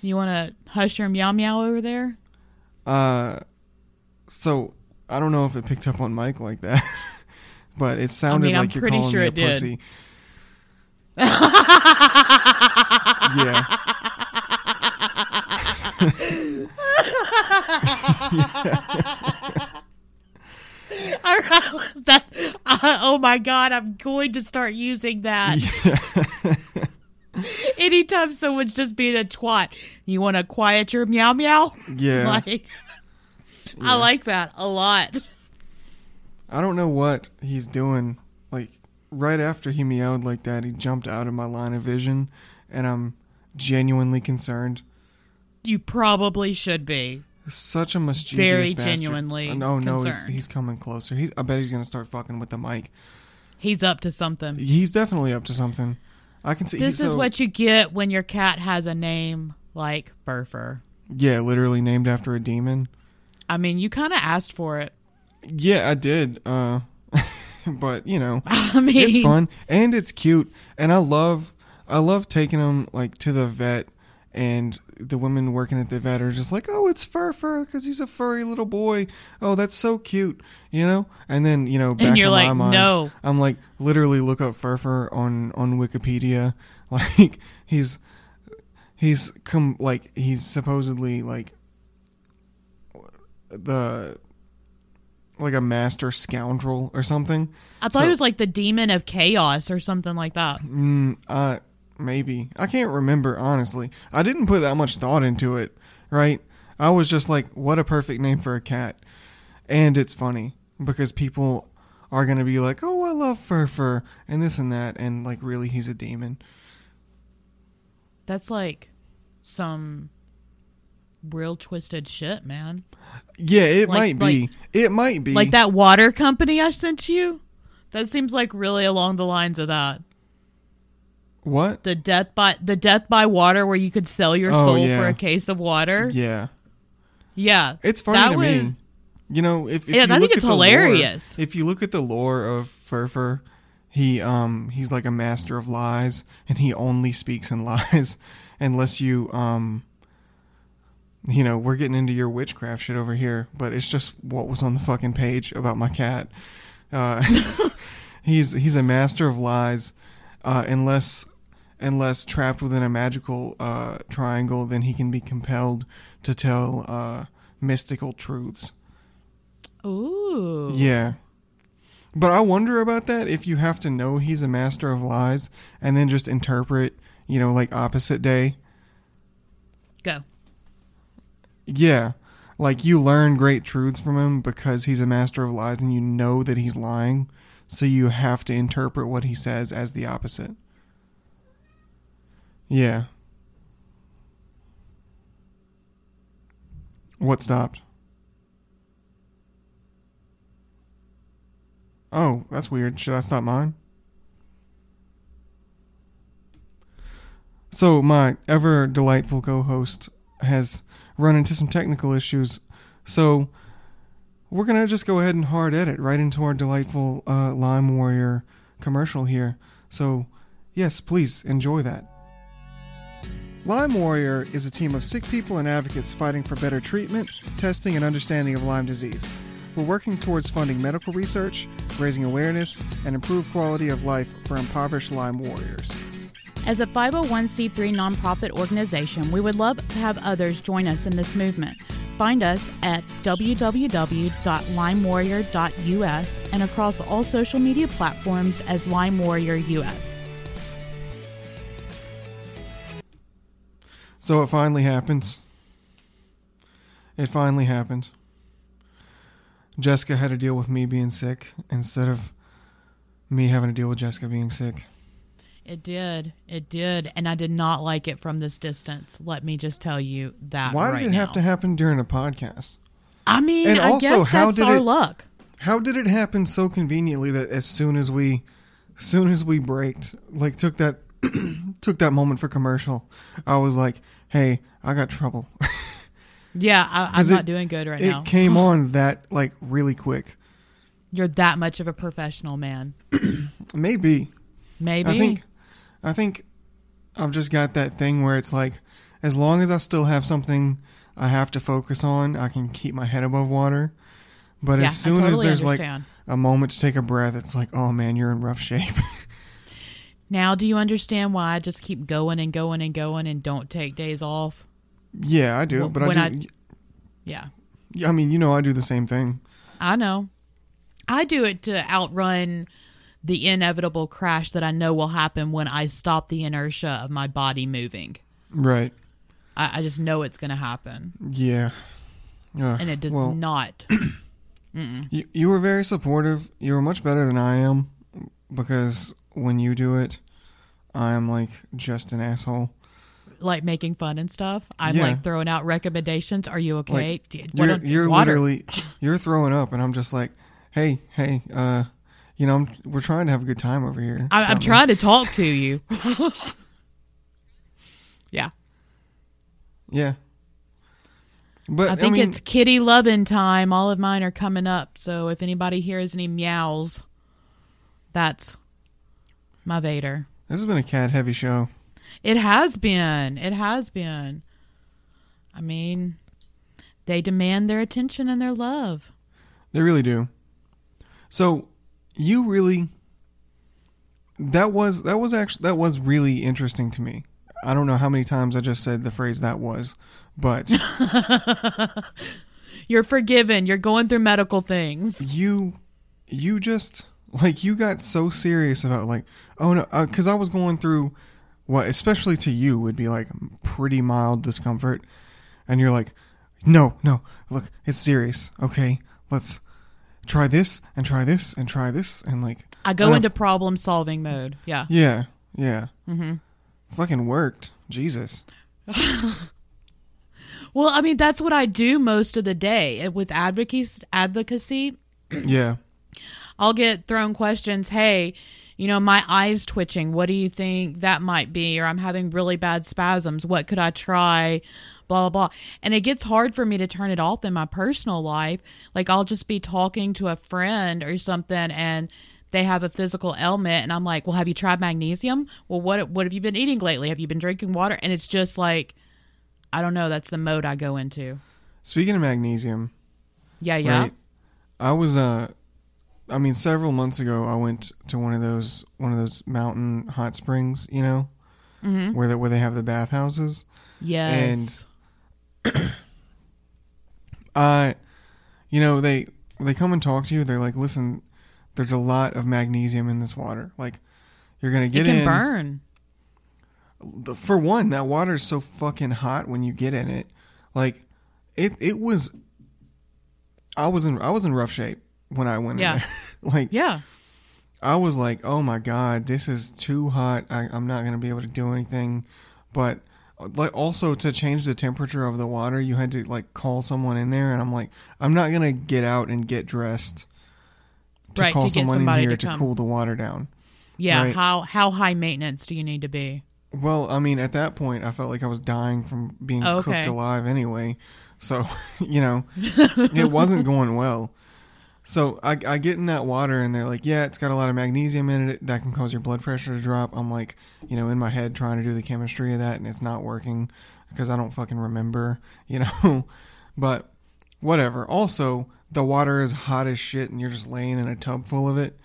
[SPEAKER 1] you want to hush your meow meow over there? (laughs)
[SPEAKER 2] uh, so I don't know if it picked up on Mike like that, (laughs) but it sounded
[SPEAKER 1] mean, I'm
[SPEAKER 2] like you're
[SPEAKER 1] pretty
[SPEAKER 2] calling
[SPEAKER 1] sure
[SPEAKER 2] me a
[SPEAKER 1] it did. (laughs)
[SPEAKER 2] pussy. yeah. (laughs)
[SPEAKER 1] that, uh, oh my god, I'm going to start using that. (laughs) Anytime someone's just being a twat, you want to quiet your meow meow.
[SPEAKER 2] Yeah.
[SPEAKER 1] (laughs) Like, I like that a lot.
[SPEAKER 2] I don't know what he's doing. Like right after he meowed like that, he jumped out of my line of vision, and I'm genuinely concerned.
[SPEAKER 1] You probably should be.
[SPEAKER 2] Such a mischievous
[SPEAKER 1] Very
[SPEAKER 2] bastard.
[SPEAKER 1] genuinely
[SPEAKER 2] No, no, he's,
[SPEAKER 1] concerned.
[SPEAKER 2] he's coming closer. He's, I bet he's gonna start fucking with the mic.
[SPEAKER 1] He's up to something.
[SPEAKER 2] He's definitely up to something. I can see.
[SPEAKER 1] This
[SPEAKER 2] he's
[SPEAKER 1] is
[SPEAKER 2] so-
[SPEAKER 1] what you get when your cat has a name like Furfur.
[SPEAKER 2] Yeah, literally named after a demon.
[SPEAKER 1] I mean, you kind of asked for it. (laughs)
[SPEAKER 2] Yeah, I did. Uh, (laughs) but you know,
[SPEAKER 1] I mean,
[SPEAKER 2] it's fun and it's cute, and I love, I love taking them like to the vet, and the women working at the vet are just like, "Oh, it's fur fur because he's a furry little boy. Oh, that's so cute," you know. And then you know, back
[SPEAKER 1] you're
[SPEAKER 2] in my
[SPEAKER 1] like,
[SPEAKER 2] mind,
[SPEAKER 1] "No."
[SPEAKER 2] I'm like, literally look up fur fur on on Wikipedia. (laughs) Like he's he's come like he's supposedly like the like a master scoundrel or something.
[SPEAKER 1] I thought
[SPEAKER 2] so-
[SPEAKER 1] it was like the demon of chaos or something like that.
[SPEAKER 2] Mm, uh, maybe I can't remember honestly. I didn't put that much thought into it, right? I was just like, what a perfect name for a cat, and it's funny because people are gonna be like, oh, I love fur fur and this and that, and like really he's a demon.
[SPEAKER 1] That's like some real twisted shit, man.
[SPEAKER 2] Yeah, it
[SPEAKER 1] Like-
[SPEAKER 2] might be. it might be.
[SPEAKER 1] Like that water company I sent you? That seems like really along the lines of that.
[SPEAKER 2] What?
[SPEAKER 1] The death by the death by water where you could sell your
[SPEAKER 2] Oh,
[SPEAKER 1] soul
[SPEAKER 2] yeah.
[SPEAKER 1] for a case of water. Yeah.
[SPEAKER 2] Yeah. It's funny
[SPEAKER 1] That
[SPEAKER 2] to
[SPEAKER 1] was
[SPEAKER 2] me. You know, if,
[SPEAKER 1] Yeah,
[SPEAKER 2] if you
[SPEAKER 1] I think
[SPEAKER 2] look
[SPEAKER 1] it's
[SPEAKER 2] at the lore-
[SPEAKER 1] hilarious.
[SPEAKER 2] if you look at the lore of Furfur, he um he's like a master of lies, and he only speaks in (laughs) lies, unless you um. You know, we're getting into your witchcraft shit over here, but it's just what was on the fucking page about my cat. Uh, (laughs) he's he's a master of lies, uh, unless unless trapped within a magical uh, triangle, then he can be compelled to tell uh, mystical truths.
[SPEAKER 1] Ooh.
[SPEAKER 2] Yeah. But I wonder about that if you have to know he's a master of lies and then just interpret, you know, like opposite day.
[SPEAKER 1] Go.
[SPEAKER 2] Yeah. Like you learn great truths from him because he's a master of lies and you know that he's lying. So you have to interpret what he says as the opposite. Yeah. What stopped? Oh, that's weird. Should I stop mine? So, my ever delightful co host has run into some technical issues. So, we're going to just go ahead and hard edit right into our delightful uh, Lime Warrior commercial here. So, yes, please enjoy that. Lyme Warrior is a team of sick people and advocates fighting for better treatment, testing, and understanding of Lyme disease. We're working towards funding medical research, raising awareness, and improve quality of life for impoverished Lyme warriors.
[SPEAKER 1] As a 501c3 nonprofit organization, we would love to have others join us in this movement. Find us at www.limewarrior.us and across all social media platforms as Lime Warrior US.
[SPEAKER 2] So it finally happens. It finally happened. Jessica had to deal with me being sick instead of me having to deal with Jessica being sick.
[SPEAKER 1] It did. It did. And I did not like it from this distance. Let me just tell you that.
[SPEAKER 2] Why
[SPEAKER 1] right
[SPEAKER 2] did it
[SPEAKER 1] now.
[SPEAKER 2] have to happen during a podcast?
[SPEAKER 1] I mean,
[SPEAKER 2] And
[SPEAKER 1] I
[SPEAKER 2] also,
[SPEAKER 1] guess
[SPEAKER 2] how
[SPEAKER 1] that's
[SPEAKER 2] did
[SPEAKER 1] our
[SPEAKER 2] it-
[SPEAKER 1] luck.
[SPEAKER 2] How did it happen so conveniently that as soon as we, soon as we braked, like took that, (clears throat) took that moment for commercial, I was like, "Hey, I got trouble."
[SPEAKER 1] Yeah, I, I'm
[SPEAKER 2] 'Cause
[SPEAKER 1] not
[SPEAKER 2] it-
[SPEAKER 1] doing good right
[SPEAKER 2] (laughs) it
[SPEAKER 1] now. (laughs)
[SPEAKER 2] came on that like really quick.
[SPEAKER 1] You're that much of a professional man.
[SPEAKER 2] Maybe
[SPEAKER 1] Maybe.
[SPEAKER 2] I think, I think, I've just got that thing where it's like, as long as I still have something I have to focus on, I can keep my head above water. But
[SPEAKER 1] Yeah, I
[SPEAKER 2] as soon
[SPEAKER 1] totally
[SPEAKER 2] as there's
[SPEAKER 1] understand.
[SPEAKER 2] like a moment to take a breath, it's like, oh man, you're in rough shape. (laughs)
[SPEAKER 1] Now, do you understand why I just keep going and going and going and don't take days off?
[SPEAKER 2] yeah, I do.
[SPEAKER 1] Well,
[SPEAKER 2] but I
[SPEAKER 1] when
[SPEAKER 2] do.
[SPEAKER 1] I- Yeah,
[SPEAKER 2] yeah, I mean, you know, I do the same thing.
[SPEAKER 1] I know. I do it to outrun the inevitable crash that I know will happen when I stop the inertia of my body moving.
[SPEAKER 2] Right.
[SPEAKER 1] I, I just know it's going to happen,
[SPEAKER 2] Yeah. Ugh,
[SPEAKER 1] and it does
[SPEAKER 2] well, (clears throat)
[SPEAKER 1] not.
[SPEAKER 2] You, you were very supportive. You were much better than I am because when you do it, I am like just an asshole.
[SPEAKER 1] like making fun and stuff. I'm
[SPEAKER 2] Yeah.
[SPEAKER 1] like throwing out recommendations. Are you okay?
[SPEAKER 2] Like,
[SPEAKER 1] Dude, what
[SPEAKER 2] You're,
[SPEAKER 1] a-
[SPEAKER 2] you're
[SPEAKER 1] water.
[SPEAKER 2] literally you're throwing up, and I'm just like, hey, hey, uh, you know, I'm, we're trying to have a good time over here.
[SPEAKER 1] I, I'm
[SPEAKER 2] dummy."
[SPEAKER 1] trying to talk to
[SPEAKER 2] (laughs)
[SPEAKER 1] you. yeah,
[SPEAKER 2] Yeah. But
[SPEAKER 1] I think
[SPEAKER 2] mean,
[SPEAKER 1] it's kitty loving time. All of mine are coming up, so if anybody hears any meows, that's my Vader.
[SPEAKER 2] this has been a cat heavy show.
[SPEAKER 1] It has been. It has been. I mean, they demand their attention and their love.
[SPEAKER 2] They really do. So you really that was that was actually that was really interesting to me. I don't know how many times I just said the phrase that was, but
[SPEAKER 1] You're forgiven. You're going through medical things.
[SPEAKER 2] you you just like you got so serious about like oh no because i was going through what especially to you would be like pretty mild discomfort and you're like no no look it's serious okay let's try this and try this and try this and like
[SPEAKER 1] I
[SPEAKER 2] I
[SPEAKER 1] go
[SPEAKER 2] don't-
[SPEAKER 1] into problem solving mode. Yeah.
[SPEAKER 2] yeah yeah mm-hmm. fucking worked jesus
[SPEAKER 1] Well, I mean, that's what I do most of the day Uh, with advocacy. Advocacy,
[SPEAKER 2] yeah
[SPEAKER 1] I'll get thrown questions. Hey, you know, my eyes twitching. What do you think that might be? Or I'm having really bad spasms. What could I try? Blah blah blah. And it gets hard for me to turn it off in my personal life. Like I'll just be talking to a friend or something, and they have a physical ailment, and I'm like, "Well, have you tried magnesium? Well, what what have you been eating lately? Have you been drinking water?" And it's just like, I don't know. That's the mode I go into.
[SPEAKER 2] speaking of magnesium
[SPEAKER 1] Yeah, yeah.
[SPEAKER 2] Right. I was uh I mean several months ago I went to one of those one of those mountain hot springs, you know,
[SPEAKER 1] Mm-hmm.
[SPEAKER 2] where they, where they have the bathhouses.
[SPEAKER 1] Yes.
[SPEAKER 2] I you know, they they come and talk to you. They're like, "Listen, there's a lot of magnesium in this water. Like you're going to
[SPEAKER 1] it
[SPEAKER 2] get
[SPEAKER 1] can
[SPEAKER 2] in
[SPEAKER 1] burn.
[SPEAKER 2] the- for one, that water is so fucking hot when you get in it. Like it it was I was in I was in rough shape when I went
[SPEAKER 1] Yeah.
[SPEAKER 2] in there. (laughs) like
[SPEAKER 1] Yeah.
[SPEAKER 2] I was like, oh my god, this is too hot. I, I'm not gonna be able to do anything. But like also to change the temperature of the water you had to like call someone in there and i'm like i'm not gonna get out and get dressed to
[SPEAKER 1] Right,
[SPEAKER 2] call
[SPEAKER 1] to get
[SPEAKER 2] someone in
[SPEAKER 1] somebody
[SPEAKER 2] here
[SPEAKER 1] to
[SPEAKER 2] to,
[SPEAKER 1] come.
[SPEAKER 2] cool the water down
[SPEAKER 1] Yeah,
[SPEAKER 2] Right.
[SPEAKER 1] how how high maintenance do you need to be?
[SPEAKER 2] well i mean at that point i felt like i was dying from being
[SPEAKER 1] Okay.
[SPEAKER 2] cooked alive anyway so (laughs) you know it wasn't going well so I, I get in that water and they're like yeah it's got a lot of magnesium in it that can cause your blood pressure to drop i'm like you know in my head trying to do the chemistry of that and it's not working because i don't fucking remember (laughs) you know but whatever also the water is hot as shit and you're just laying in a tub full of it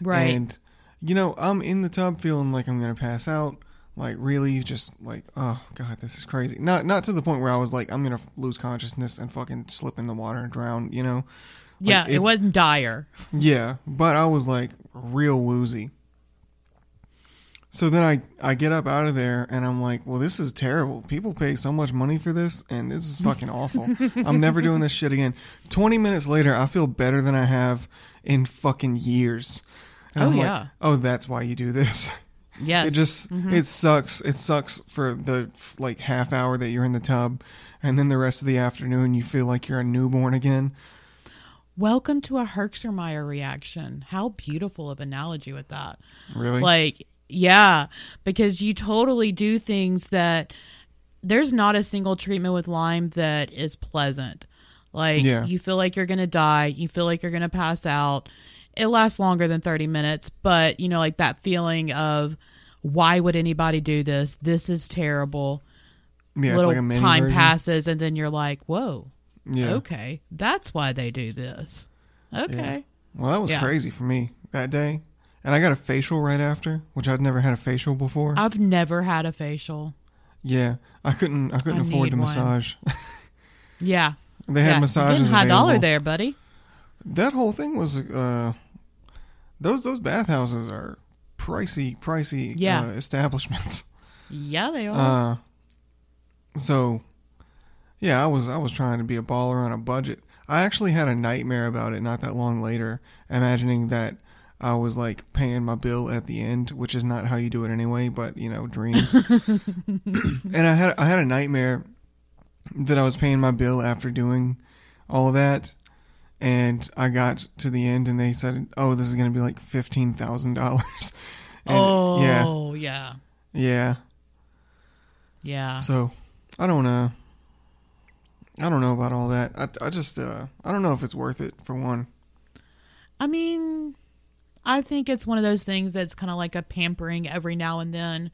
[SPEAKER 1] Right.
[SPEAKER 2] and you know, I'm in the tub feeling like I'm gonna pass out. Like really, just like oh god, this is crazy. Not not to the point where I was like I'm gonna f- lose consciousness and fucking slip in the water and drown. You know?
[SPEAKER 1] yeah,
[SPEAKER 2] like,
[SPEAKER 1] it
[SPEAKER 2] if-
[SPEAKER 1] wasn't dire.
[SPEAKER 2] Yeah, but I was like real woozy. So then I I get up out of there and I'm like, well, this is terrible. People pay so much money for this, and this is fucking awful. I'm never doing this shit again. Twenty minutes later, I feel better than I have in fucking years. And
[SPEAKER 1] Oh,
[SPEAKER 2] I'm like,
[SPEAKER 1] yeah. mm-hmm.
[SPEAKER 2] oh, that's why you do this. (laughs)
[SPEAKER 1] Yes.
[SPEAKER 2] It just it sucks. It sucks for the like half hour that you're in the tub, and then the rest of the afternoon you feel like you're a newborn again.
[SPEAKER 1] Welcome to a Herxheimer reaction. How beautiful of analogy with that.
[SPEAKER 2] Really?
[SPEAKER 1] Like, yeah, because you totally do things that there's not a single treatment with Lyme that is pleasant. Like,
[SPEAKER 2] Yeah.
[SPEAKER 1] you feel like you're going to die, you feel like you're going to pass out. It lasts longer than 30 minutes, but you know, like that feeling of why would anybody do this? This is terrible.
[SPEAKER 2] yeah,
[SPEAKER 1] Little
[SPEAKER 2] it's like a mini
[SPEAKER 1] time
[SPEAKER 2] version.
[SPEAKER 1] passes, and then you're like, whoa,
[SPEAKER 2] Yeah.
[SPEAKER 1] okay, that's why they do this. Okay.
[SPEAKER 2] Well, that was
[SPEAKER 1] Yeah.
[SPEAKER 2] crazy for me that day, and I got a facial right after, which I'd never had a facial before.
[SPEAKER 1] I've never had a facial.
[SPEAKER 2] yeah, I couldn't. I couldn't
[SPEAKER 1] I
[SPEAKER 2] afford the
[SPEAKER 1] need one.
[SPEAKER 2] massage. (laughs)
[SPEAKER 1] Yeah.
[SPEAKER 2] they had
[SPEAKER 1] yeah.
[SPEAKER 2] massages
[SPEAKER 1] You're getting high
[SPEAKER 2] available.
[SPEAKER 1] dollar there, buddy.
[SPEAKER 2] That whole thing was uh, those those bathhouses are pricey, pricey
[SPEAKER 1] Yeah.
[SPEAKER 2] uh, establishments. (laughs)
[SPEAKER 1] Yeah, they are.
[SPEAKER 2] Uh, so yeah, I was I was trying to be a baller on a budget. I actually had a nightmare about it not that long later, imagining that I was like paying my bill at the end, which is not how you do it anyway, but you know, dreams. and I had I had a nightmare that I was paying my bill after doing all that. And I got to the end, and they said, "Oh, this is going to be like fifteen thousand dollars." (laughs) yeah,
[SPEAKER 1] oh, yeah.
[SPEAKER 2] yeah.
[SPEAKER 1] Yeah.
[SPEAKER 2] So, I don't know. I don't know about all that. I, I just uh I don't know if it's worth it for one.
[SPEAKER 1] I mean, I think it's one of those things that's kind of like a pampering every now and then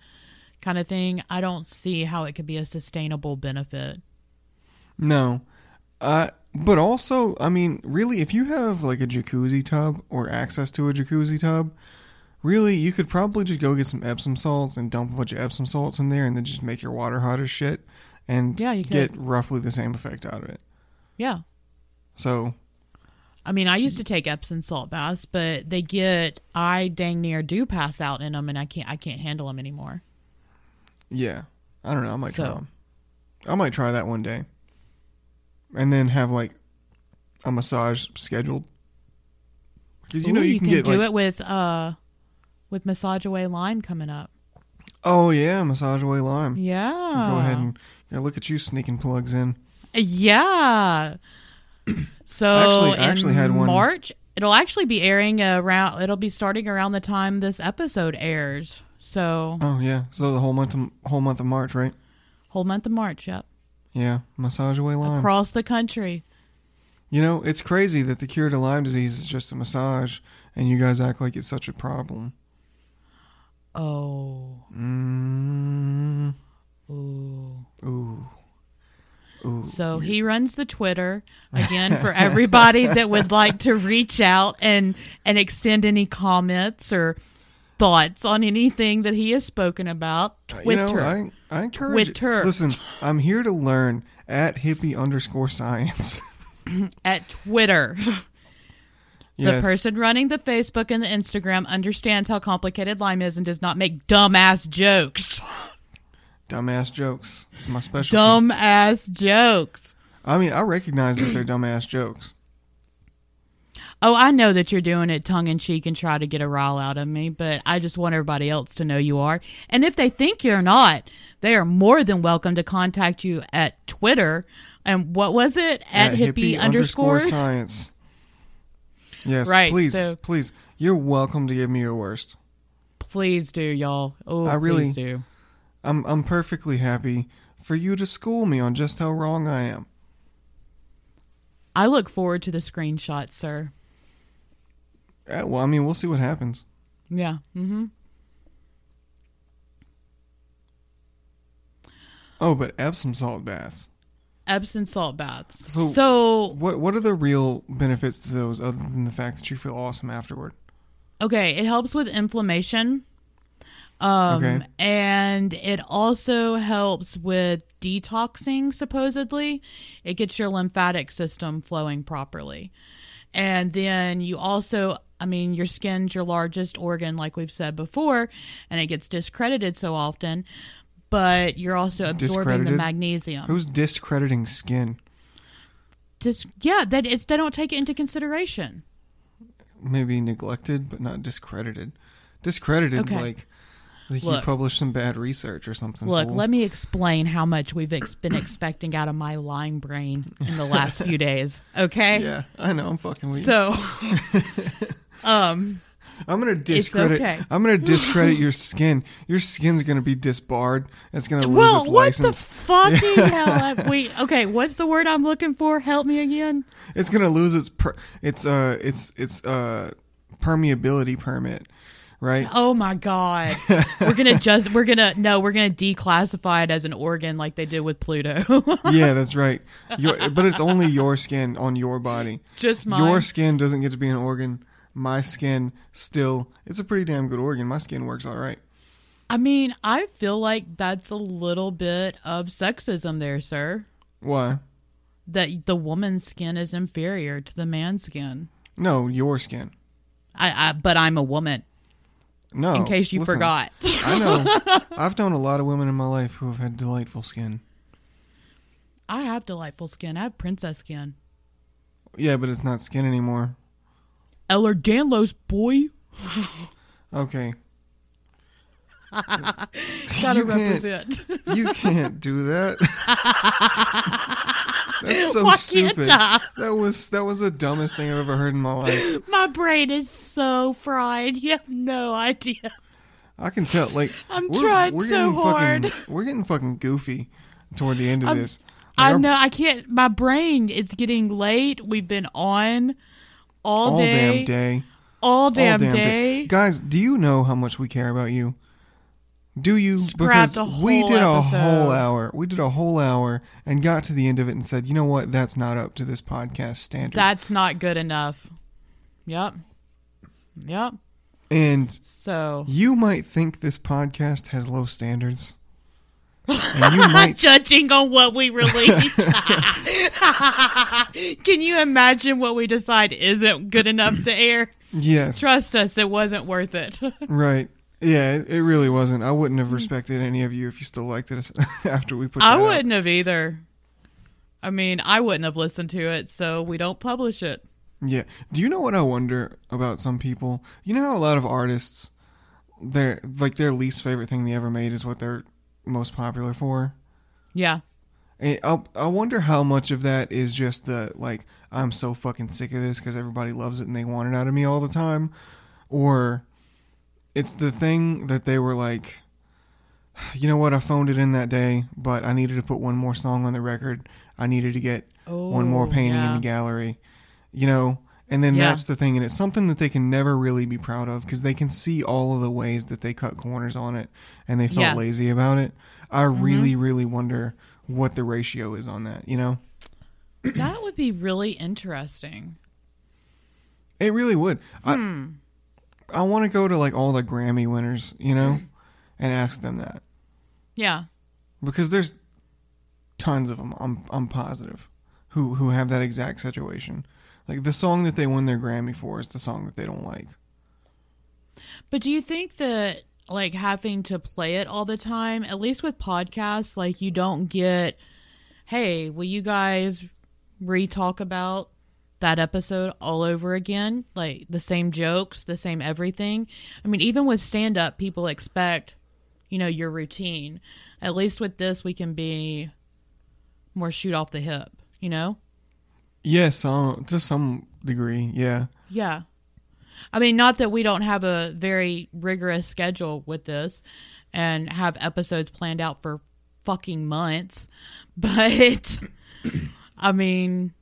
[SPEAKER 1] kind of thing. I don't see how it could be a sustainable benefit.
[SPEAKER 2] No. Uh but also, I mean, really if you have like a jacuzzi tub or access to a jacuzzi tub, really you could probably just go get some Epsom salts and dump a bunch of Epsom salts in there and then just make your water hot as shit and
[SPEAKER 1] Yeah, you
[SPEAKER 2] get roughly the same effect out of it.
[SPEAKER 1] Yeah.
[SPEAKER 2] So,
[SPEAKER 1] I mean, I used to take Epsom salt baths, but they get I dang near do pass out in them and I can't I can't handle them anymore.
[SPEAKER 2] Yeah, I don't know. I might try.
[SPEAKER 1] So-
[SPEAKER 2] 'em. I might try that one day, and then have like a massage scheduled. Because you know
[SPEAKER 1] Ooh,
[SPEAKER 2] you, can, get
[SPEAKER 1] do
[SPEAKER 2] like
[SPEAKER 1] it with uh with Massage Away Lime coming up.
[SPEAKER 2] oh yeah, massage away lime.
[SPEAKER 1] Yeah. Uh,
[SPEAKER 2] Go ahead and yeah, look at you sneaking plugs in. (clears throat)
[SPEAKER 1] Yeah. So
[SPEAKER 2] Actually- I
[SPEAKER 1] in
[SPEAKER 2] actually had one-
[SPEAKER 1] March. It'll actually be airing around. It'll be starting around the time this episode airs. So
[SPEAKER 2] Oh yeah, so the whole month of, whole month of March, right?
[SPEAKER 1] whole month of March. Yep.
[SPEAKER 2] Yeah, massage away lime.
[SPEAKER 1] Across the country.
[SPEAKER 2] you know it's crazy that the cure to Lyme disease is just a massage, and you guys act like it's such a problem.
[SPEAKER 1] Oh.
[SPEAKER 2] Mm.
[SPEAKER 1] Ooh.
[SPEAKER 2] Ooh. Ooh.
[SPEAKER 1] So he runs the Twitter again for
[SPEAKER 2] (laughs)
[SPEAKER 1] everybody that would like to reach out and and extend any comments or thoughts on anything that he has spoken about. Twitter.
[SPEAKER 2] Uh, You know, I, I encourage it.
[SPEAKER 1] Twitter.
[SPEAKER 2] Listen, I'm here to learn at hippie underscore science. (laughs)
[SPEAKER 1] at Twitter.
[SPEAKER 2] yes.
[SPEAKER 1] The person running the Facebook and the Instagram understands how complicated Lyme is and does not make dumbass
[SPEAKER 2] (laughs)
[SPEAKER 1] jokes.
[SPEAKER 2] Dumbass jokes. It's my specialty.
[SPEAKER 1] Dumbass jokes.
[SPEAKER 2] I mean, I recognize that they're dumbass jokes.
[SPEAKER 1] Oh, I know that you're doing it tongue in cheek and try to get a rile out of me, but I just want everybody else to know you are. And if they think you're not, they are more than welcome to contact you at Twitter. And what was it? (clears throat) At, hippie, underscore?
[SPEAKER 2] science. Yes,
[SPEAKER 1] Right,
[SPEAKER 2] please,
[SPEAKER 1] so- please.
[SPEAKER 2] please. You're welcome to give me your worst.
[SPEAKER 1] Please do, y'all. Oh,
[SPEAKER 2] I really-
[SPEAKER 1] please do.
[SPEAKER 2] I'm I'm perfectly happy for you to school me on just how wrong I am.
[SPEAKER 1] I look forward to the screenshot, sir.
[SPEAKER 2] Eh, well, I mean, we'll see what happens.
[SPEAKER 1] Yeah. Mm-hmm.
[SPEAKER 2] Oh, but Epsom salt baths.
[SPEAKER 1] Epsom salt baths.
[SPEAKER 2] So-
[SPEAKER 1] so
[SPEAKER 2] What what are the real benefits to those other than the fact that you feel awesome afterward?
[SPEAKER 1] Okay, it helps with inflammation. Um,
[SPEAKER 2] Okay.
[SPEAKER 1] And it also helps with detoxing, supposedly. It gets your lymphatic system flowing properly. And then you also, I mean, your skin's your largest organ, like we've said before, and it gets discredited so often, but you're also absorbing the
[SPEAKER 2] Discredited?
[SPEAKER 1] magnesium.
[SPEAKER 2] Who's discrediting skin?
[SPEAKER 1] Dis- yeah, that it's, they don't take it into consideration.
[SPEAKER 2] Maybe neglected, but not discredited. Discredited,
[SPEAKER 1] Okay.
[SPEAKER 2] like like you
[SPEAKER 1] Look.
[SPEAKER 2] published some bad research or something.
[SPEAKER 1] Look,
[SPEAKER 2] fool.
[SPEAKER 1] let me explain how much we've ex-
[SPEAKER 2] (clears throat)
[SPEAKER 1] been expecting out of my lime brain in the last few days. Okay,
[SPEAKER 2] Yeah, I know. I'm fucking with you.
[SPEAKER 1] so um,
[SPEAKER 2] I'm gonna discredit.
[SPEAKER 1] okay.
[SPEAKER 2] I'm gonna discredit your skin. Your skin's gonna be disbarred. It's gonna lose
[SPEAKER 1] well,
[SPEAKER 2] its
[SPEAKER 1] what
[SPEAKER 2] license.
[SPEAKER 1] the fucking hell? Have we okay? What's the word I'm looking for? Help me again.
[SPEAKER 2] it's gonna lose its per- its uh its its uh permeability permit,
[SPEAKER 1] (laughs)
[SPEAKER 2] right?
[SPEAKER 1] Oh my
[SPEAKER 2] (laughs)
[SPEAKER 1] god, we're gonna just we're gonna no, we're gonna declassify it as an organ like they did with Pluto. (laughs)
[SPEAKER 2] yeah, that's right. Your, but it's only your skin on your body.
[SPEAKER 1] just mine.
[SPEAKER 2] Your skin doesn't get to be an organ. My skin still. It's a pretty damn good organ. My skin works all right.
[SPEAKER 1] I mean, I feel like that's a little bit of sexism there, sir.
[SPEAKER 2] Why?
[SPEAKER 1] That the woman's skin is inferior to the man's skin.
[SPEAKER 2] No, your skin.
[SPEAKER 1] I, I but I'm a woman.
[SPEAKER 2] No.
[SPEAKER 1] In case you
[SPEAKER 2] listen,
[SPEAKER 1] forgot.
[SPEAKER 2] I
[SPEAKER 1] (laughs)
[SPEAKER 2] know. I've known a lot of women in my life who have had delightful skin.
[SPEAKER 1] I have delightful skin. I have princess skin.
[SPEAKER 2] Yeah, but it's not skin anymore.
[SPEAKER 1] Eller Ganlos boy.
[SPEAKER 2] Okay.
[SPEAKER 1] (laughs) Gotta
[SPEAKER 2] You can't-
[SPEAKER 1] represent.
[SPEAKER 2] (laughs)
[SPEAKER 1] (laughs)
[SPEAKER 2] You can't do that. That's so
[SPEAKER 1] Why can't
[SPEAKER 2] stupid.
[SPEAKER 1] I?
[SPEAKER 2] That was that was the dumbest thing I've ever heard in my life.
[SPEAKER 1] My brain is so fried. You have no idea.
[SPEAKER 2] I can tell. Like
[SPEAKER 1] (laughs) I'm trying so
[SPEAKER 2] Fucking, we're getting fucking goofy toward the end of this. Like,
[SPEAKER 1] I
[SPEAKER 2] our-
[SPEAKER 1] know I can't my brain it's getting late. We've been on all,
[SPEAKER 2] All
[SPEAKER 1] day,
[SPEAKER 2] damn day.
[SPEAKER 1] All
[SPEAKER 2] All
[SPEAKER 1] damn, day.
[SPEAKER 2] Guys, do you know how much we care about you? Do you?
[SPEAKER 1] Scrapped
[SPEAKER 2] because
[SPEAKER 1] a
[SPEAKER 2] we
[SPEAKER 1] whole
[SPEAKER 2] did a
[SPEAKER 1] episode.
[SPEAKER 2] whole hour. We did a whole hour and got to the end of it and said, you know what? That's not up to this podcast standard.
[SPEAKER 1] That's not good enough. Yep. Yep.
[SPEAKER 2] and
[SPEAKER 1] So
[SPEAKER 2] You might think this podcast has
[SPEAKER 1] (laughs)
[SPEAKER 2] low standards. And you might
[SPEAKER 1] judging on what we release. (laughs) Can you imagine what we decide isn't good enough to air?
[SPEAKER 2] yes.
[SPEAKER 1] Trust us, it wasn't worth it.
[SPEAKER 2] Right. Yeah, it, it really wasn't. I wouldn't have respected any of you if you still liked it (laughs) after we
[SPEAKER 1] (laughs)
[SPEAKER 2] put
[SPEAKER 1] I
[SPEAKER 2] that out.
[SPEAKER 1] wouldn't have either. I mean, I wouldn't have listened to it, so we don't publish it.
[SPEAKER 2] Yeah. Do you know what I wonder about some people? You know how a lot of artists their like their least favorite thing they ever made is what they're most popular for?
[SPEAKER 1] Yeah.
[SPEAKER 2] And I I wonder how much of that is just the like I'm so fucking sick of this because everybody loves it and they want it out of me all the time, or it's the thing that they were like, you know what? I phoned it in that day, but I needed to put one more song on the record. I needed to get
[SPEAKER 1] Oh,
[SPEAKER 2] one more painting
[SPEAKER 1] yeah.
[SPEAKER 2] in the gallery, you know. And then
[SPEAKER 1] Yeah.
[SPEAKER 2] that's the thing, and it's something that they can never really be proud of because they can see all of the ways that they cut corners on it, and they felt
[SPEAKER 1] Yeah.
[SPEAKER 2] lazy about it. I really, really wonder what the ratio is on that. You know,
[SPEAKER 1] that would be really interesting.
[SPEAKER 2] it really would. I I want to go to like all the Grammy winners, you know, and ask them that
[SPEAKER 1] Yeah.
[SPEAKER 2] because there's tons of them. I'm I'm positive who who have that exact situation. Like the song that they won their Grammy for is the song that they don't like.
[SPEAKER 1] But do you think that like having to play it all the time, at least with podcasts, like you don't get, hey, will you guys re talk about that episode all over again, like the same jokes, the same everything. I mean, even with stand up, people expect, you know, your routine. At least with this, we can be more shoot off the hip, you know?
[SPEAKER 2] Yes, uh, to some degree, yeah.
[SPEAKER 1] Yeah. I mean, not that we don't have a very rigorous schedule with this and have episodes planned out for fucking months, (laughs) but I mean,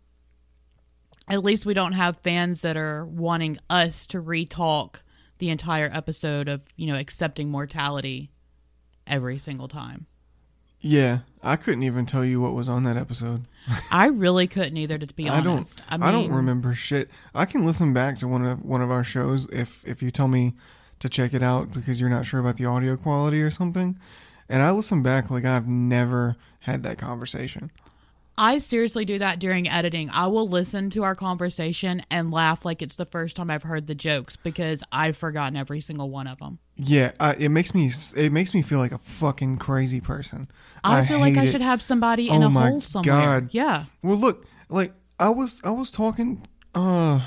[SPEAKER 1] at least we don't have fans that are wanting us to retalk the entire episode of, you know, accepting mortality every single time.
[SPEAKER 2] Yeah, I couldn't even tell you what was on that episode.
[SPEAKER 1] I really couldn't either, to be
[SPEAKER 2] I
[SPEAKER 1] honest.
[SPEAKER 2] don't. I, don't remember shit. I can listen back to one of one of our shows if if you tell me to check it out because you're not sure about the audio quality or something. And I listen back like I've never had that conversation.
[SPEAKER 1] I seriously do that during editing. I will listen to our conversation and laugh like it's the first time I've heard the jokes because I've forgotten every single one of them.
[SPEAKER 2] Yeah, I, it makes me s- it makes me feel like a fucking crazy person.
[SPEAKER 1] I, feel like
[SPEAKER 2] hate
[SPEAKER 1] I
[SPEAKER 2] it.
[SPEAKER 1] should have somebody
[SPEAKER 2] Oh
[SPEAKER 1] in a
[SPEAKER 2] my
[SPEAKER 1] hole somewhere.
[SPEAKER 2] God.
[SPEAKER 1] Yeah.
[SPEAKER 2] Well, look, like I was, I was talking, uh,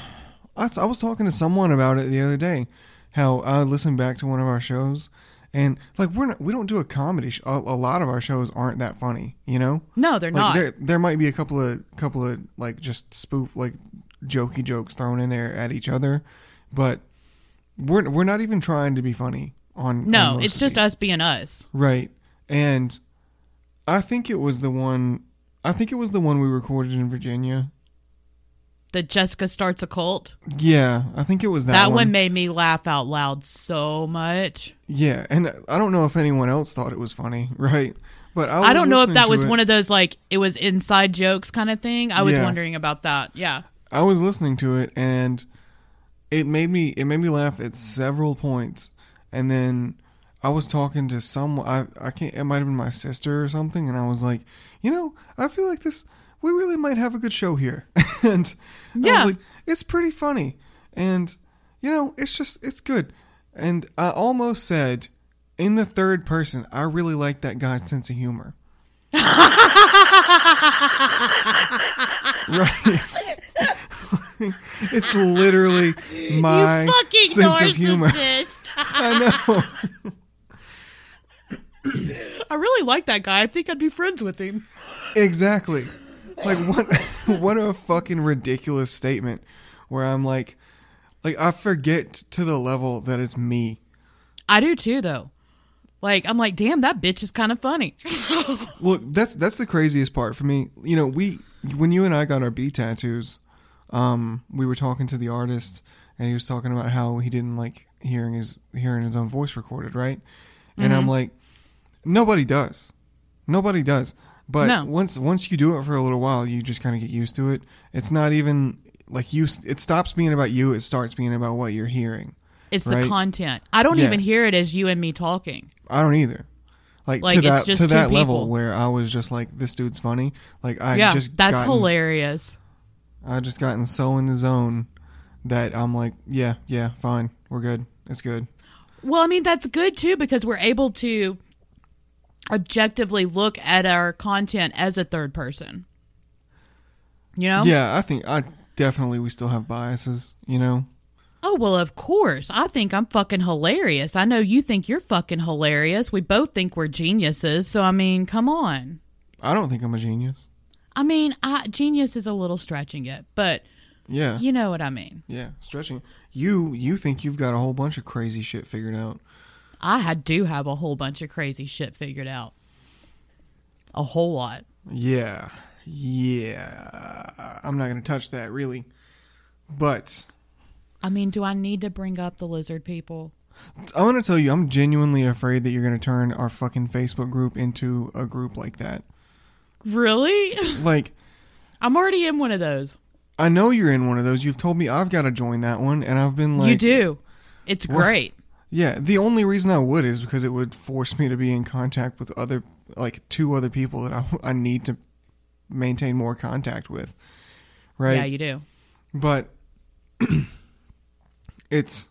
[SPEAKER 2] I, I was talking to someone about it the other day. How I listened back to one of our shows, and like we're not, we don't do a comedy. Sh- a, a lot of our shows aren't that funny, you know.
[SPEAKER 1] No, they're
[SPEAKER 2] Like
[SPEAKER 1] not.
[SPEAKER 2] there, there might be a couple of couple of like just spoof like jokey jokes thrown in there at each other, but we're we're not even trying to be funny on. on
[SPEAKER 1] no,
[SPEAKER 2] most
[SPEAKER 1] it's
[SPEAKER 2] of
[SPEAKER 1] just
[SPEAKER 2] these.
[SPEAKER 1] us being us.
[SPEAKER 2] Right. And I think it was the one I think it was the one we recorded in Virginia.
[SPEAKER 1] That Jessica starts a cult.
[SPEAKER 2] Yeah, I think it was that,
[SPEAKER 1] That, one.
[SPEAKER 2] one.
[SPEAKER 1] made me laugh out loud so much.
[SPEAKER 2] yeah, and I don't know if anyone else thought it was funny, (laughs) right? But I, was
[SPEAKER 1] I, don't know if
[SPEAKER 2] listening
[SPEAKER 1] that
[SPEAKER 2] to
[SPEAKER 1] was
[SPEAKER 2] it-
[SPEAKER 1] one of those like it was inside jokes kind of thing. I was
[SPEAKER 2] Yeah.
[SPEAKER 1] wondering about that. Yeah.
[SPEAKER 2] I was listening to it and it made me it made me laugh at several points. And then I was talking to some I, I can't it might have been my sister or something and I was like, you know, I feel like this we really might have a good show here. (laughs) and I
[SPEAKER 1] Yeah.
[SPEAKER 2] was like, it's pretty funny. And you know, it's just it's good. And I almost said in the third person, I really like that guy's sense of humor. right. it's literally my sense of humor.
[SPEAKER 1] (laughs)
[SPEAKER 2] I know.
[SPEAKER 1] I really like that guy. I think I'd be friends with him.
[SPEAKER 2] Exactly. Like what (laughs) what a fucking ridiculous statement where I'm like like I forget to the level that it's me.
[SPEAKER 1] I do too though. Like I'm like, damn, that bitch is kind of funny.
[SPEAKER 2] Look, that's that's the craziest part for me. You know, we when you and I got our B tattoos, um, we were talking to the artist and he was talking about how he didn't like hearing his hearing his own voice recorded, right? And I'm like, nobody does. Nobody does. But
[SPEAKER 1] No.
[SPEAKER 2] once once you do it for a little while, you just kind of get used to it. It's not even like you. It stops being about you. It starts being about what you're hearing.
[SPEAKER 1] It's
[SPEAKER 2] Right.
[SPEAKER 1] the content. I don't
[SPEAKER 2] Yeah.
[SPEAKER 1] even hear it as you and me talking.
[SPEAKER 2] I don't either. Like,
[SPEAKER 1] Like,
[SPEAKER 2] to
[SPEAKER 1] it's
[SPEAKER 2] that
[SPEAKER 1] just
[SPEAKER 2] to
[SPEAKER 1] two
[SPEAKER 2] that level
[SPEAKER 1] people.
[SPEAKER 2] where I was just like, this dude's funny. Like I
[SPEAKER 1] yeah,
[SPEAKER 2] just
[SPEAKER 1] that's
[SPEAKER 2] gotten,
[SPEAKER 1] hilarious.
[SPEAKER 2] I just gotten so in the zone that I'm like, yeah, yeah, fine, we're good, it's good.
[SPEAKER 1] Well, I mean, that's good too because we're able to objectively look at our content as a third person. You know?
[SPEAKER 2] Yeah, I think I definitely we still have biases, you know.
[SPEAKER 1] Oh, well, of course. I think I'm fucking hilarious. I know you think you're fucking hilarious. We both think we're geniuses. So, I mean, come on.
[SPEAKER 2] I don't think I'm a genius.
[SPEAKER 1] I mean, I, genius is a little stretching it, but
[SPEAKER 2] Yeah,
[SPEAKER 1] you know what I mean.
[SPEAKER 2] yeah, stretching. You you think you've got a whole bunch of crazy shit figured out?
[SPEAKER 1] I had- do have a whole bunch of crazy shit figured out. A whole lot.
[SPEAKER 2] Yeah, yeah. I'm not gonna touch that really, but
[SPEAKER 1] I mean, do I need to bring up the lizard people?
[SPEAKER 2] I want to tell you, I'm genuinely afraid that you're going to turn our fucking Facebook group into a group like that.
[SPEAKER 1] Really? (laughs)
[SPEAKER 2] Like,
[SPEAKER 1] I'm already in one of those.
[SPEAKER 2] I know you're in one of those. You've told me I've got to join that one, and I've been like,
[SPEAKER 1] you do. It's
[SPEAKER 2] Well-
[SPEAKER 1] great.
[SPEAKER 2] Yeah, the only reason I would is because it would force me to be in contact with other, like, two other people that I, (laughs) I need to maintain more contact with. Right?
[SPEAKER 1] Yeah, you
[SPEAKER 2] (laughs)
[SPEAKER 1] do.
[SPEAKER 2] but (clears throat) it's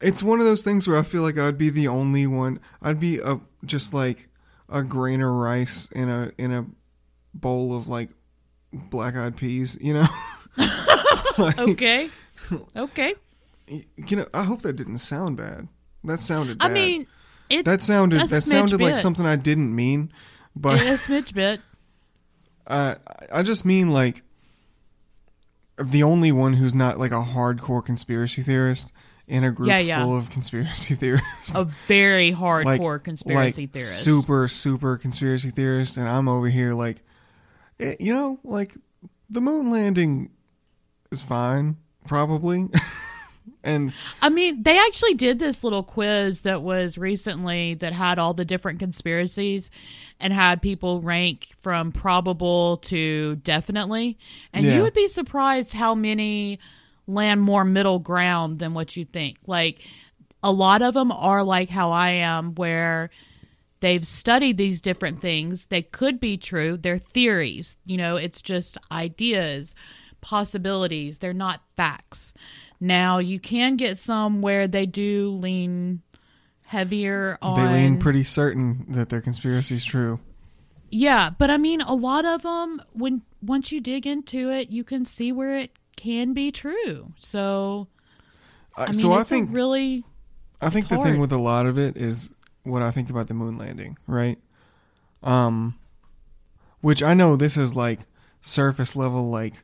[SPEAKER 2] it's one of those things where I feel like I'd be the only one. I'd be a just like a grain of rice in a in a bowl of like black eyed peas, you know. (laughs) Like,
[SPEAKER 1] Okay. okay.
[SPEAKER 2] You know, I hope that didn't sound bad. That sounded.
[SPEAKER 1] I
[SPEAKER 2] bad.
[SPEAKER 1] mean, it,
[SPEAKER 2] that sounded
[SPEAKER 1] a
[SPEAKER 2] that
[SPEAKER 1] smidge
[SPEAKER 2] sounded like
[SPEAKER 1] bit.
[SPEAKER 2] something I didn't mean, but
[SPEAKER 1] it a smidge bit.
[SPEAKER 2] uh, I just mean like the only one who's not like a hardcore conspiracy theorist in a group
[SPEAKER 1] Yeah, yeah.
[SPEAKER 2] full of conspiracy (laughs) theorists.
[SPEAKER 1] A very hardcore
[SPEAKER 2] like-
[SPEAKER 1] conspiracy
[SPEAKER 2] like
[SPEAKER 1] theorist.
[SPEAKER 2] Super, super conspiracy theorist, and I'm over here like, eh, you know, like the moon landing is fine, probably. (laughs) and
[SPEAKER 1] I mean, they actually did this little quiz that was recently that had all the different conspiracies and had people rank from probable to definitely. And
[SPEAKER 2] Yeah.
[SPEAKER 1] you would be surprised how many land more middle ground than what you think. Like, a lot of them are like how I am, where they've studied these different things. They could be true. They're theories. You know, it's just ideas, possibilities. They're not facts. Now, you can get some where they do lean heavier on.
[SPEAKER 2] they lean pretty certain that their conspiracy is true.
[SPEAKER 1] yeah, but I mean, a lot of them, when once you dig into it, you can see where it can be true. So,
[SPEAKER 2] Uh,
[SPEAKER 1] I mean,
[SPEAKER 2] so I
[SPEAKER 1] it's
[SPEAKER 2] think
[SPEAKER 1] a really.
[SPEAKER 2] I think
[SPEAKER 1] It's
[SPEAKER 2] the
[SPEAKER 1] hard.
[SPEAKER 2] thing with a lot of it is what I think about the moon landing, right? Um, which I know this is like surface level, like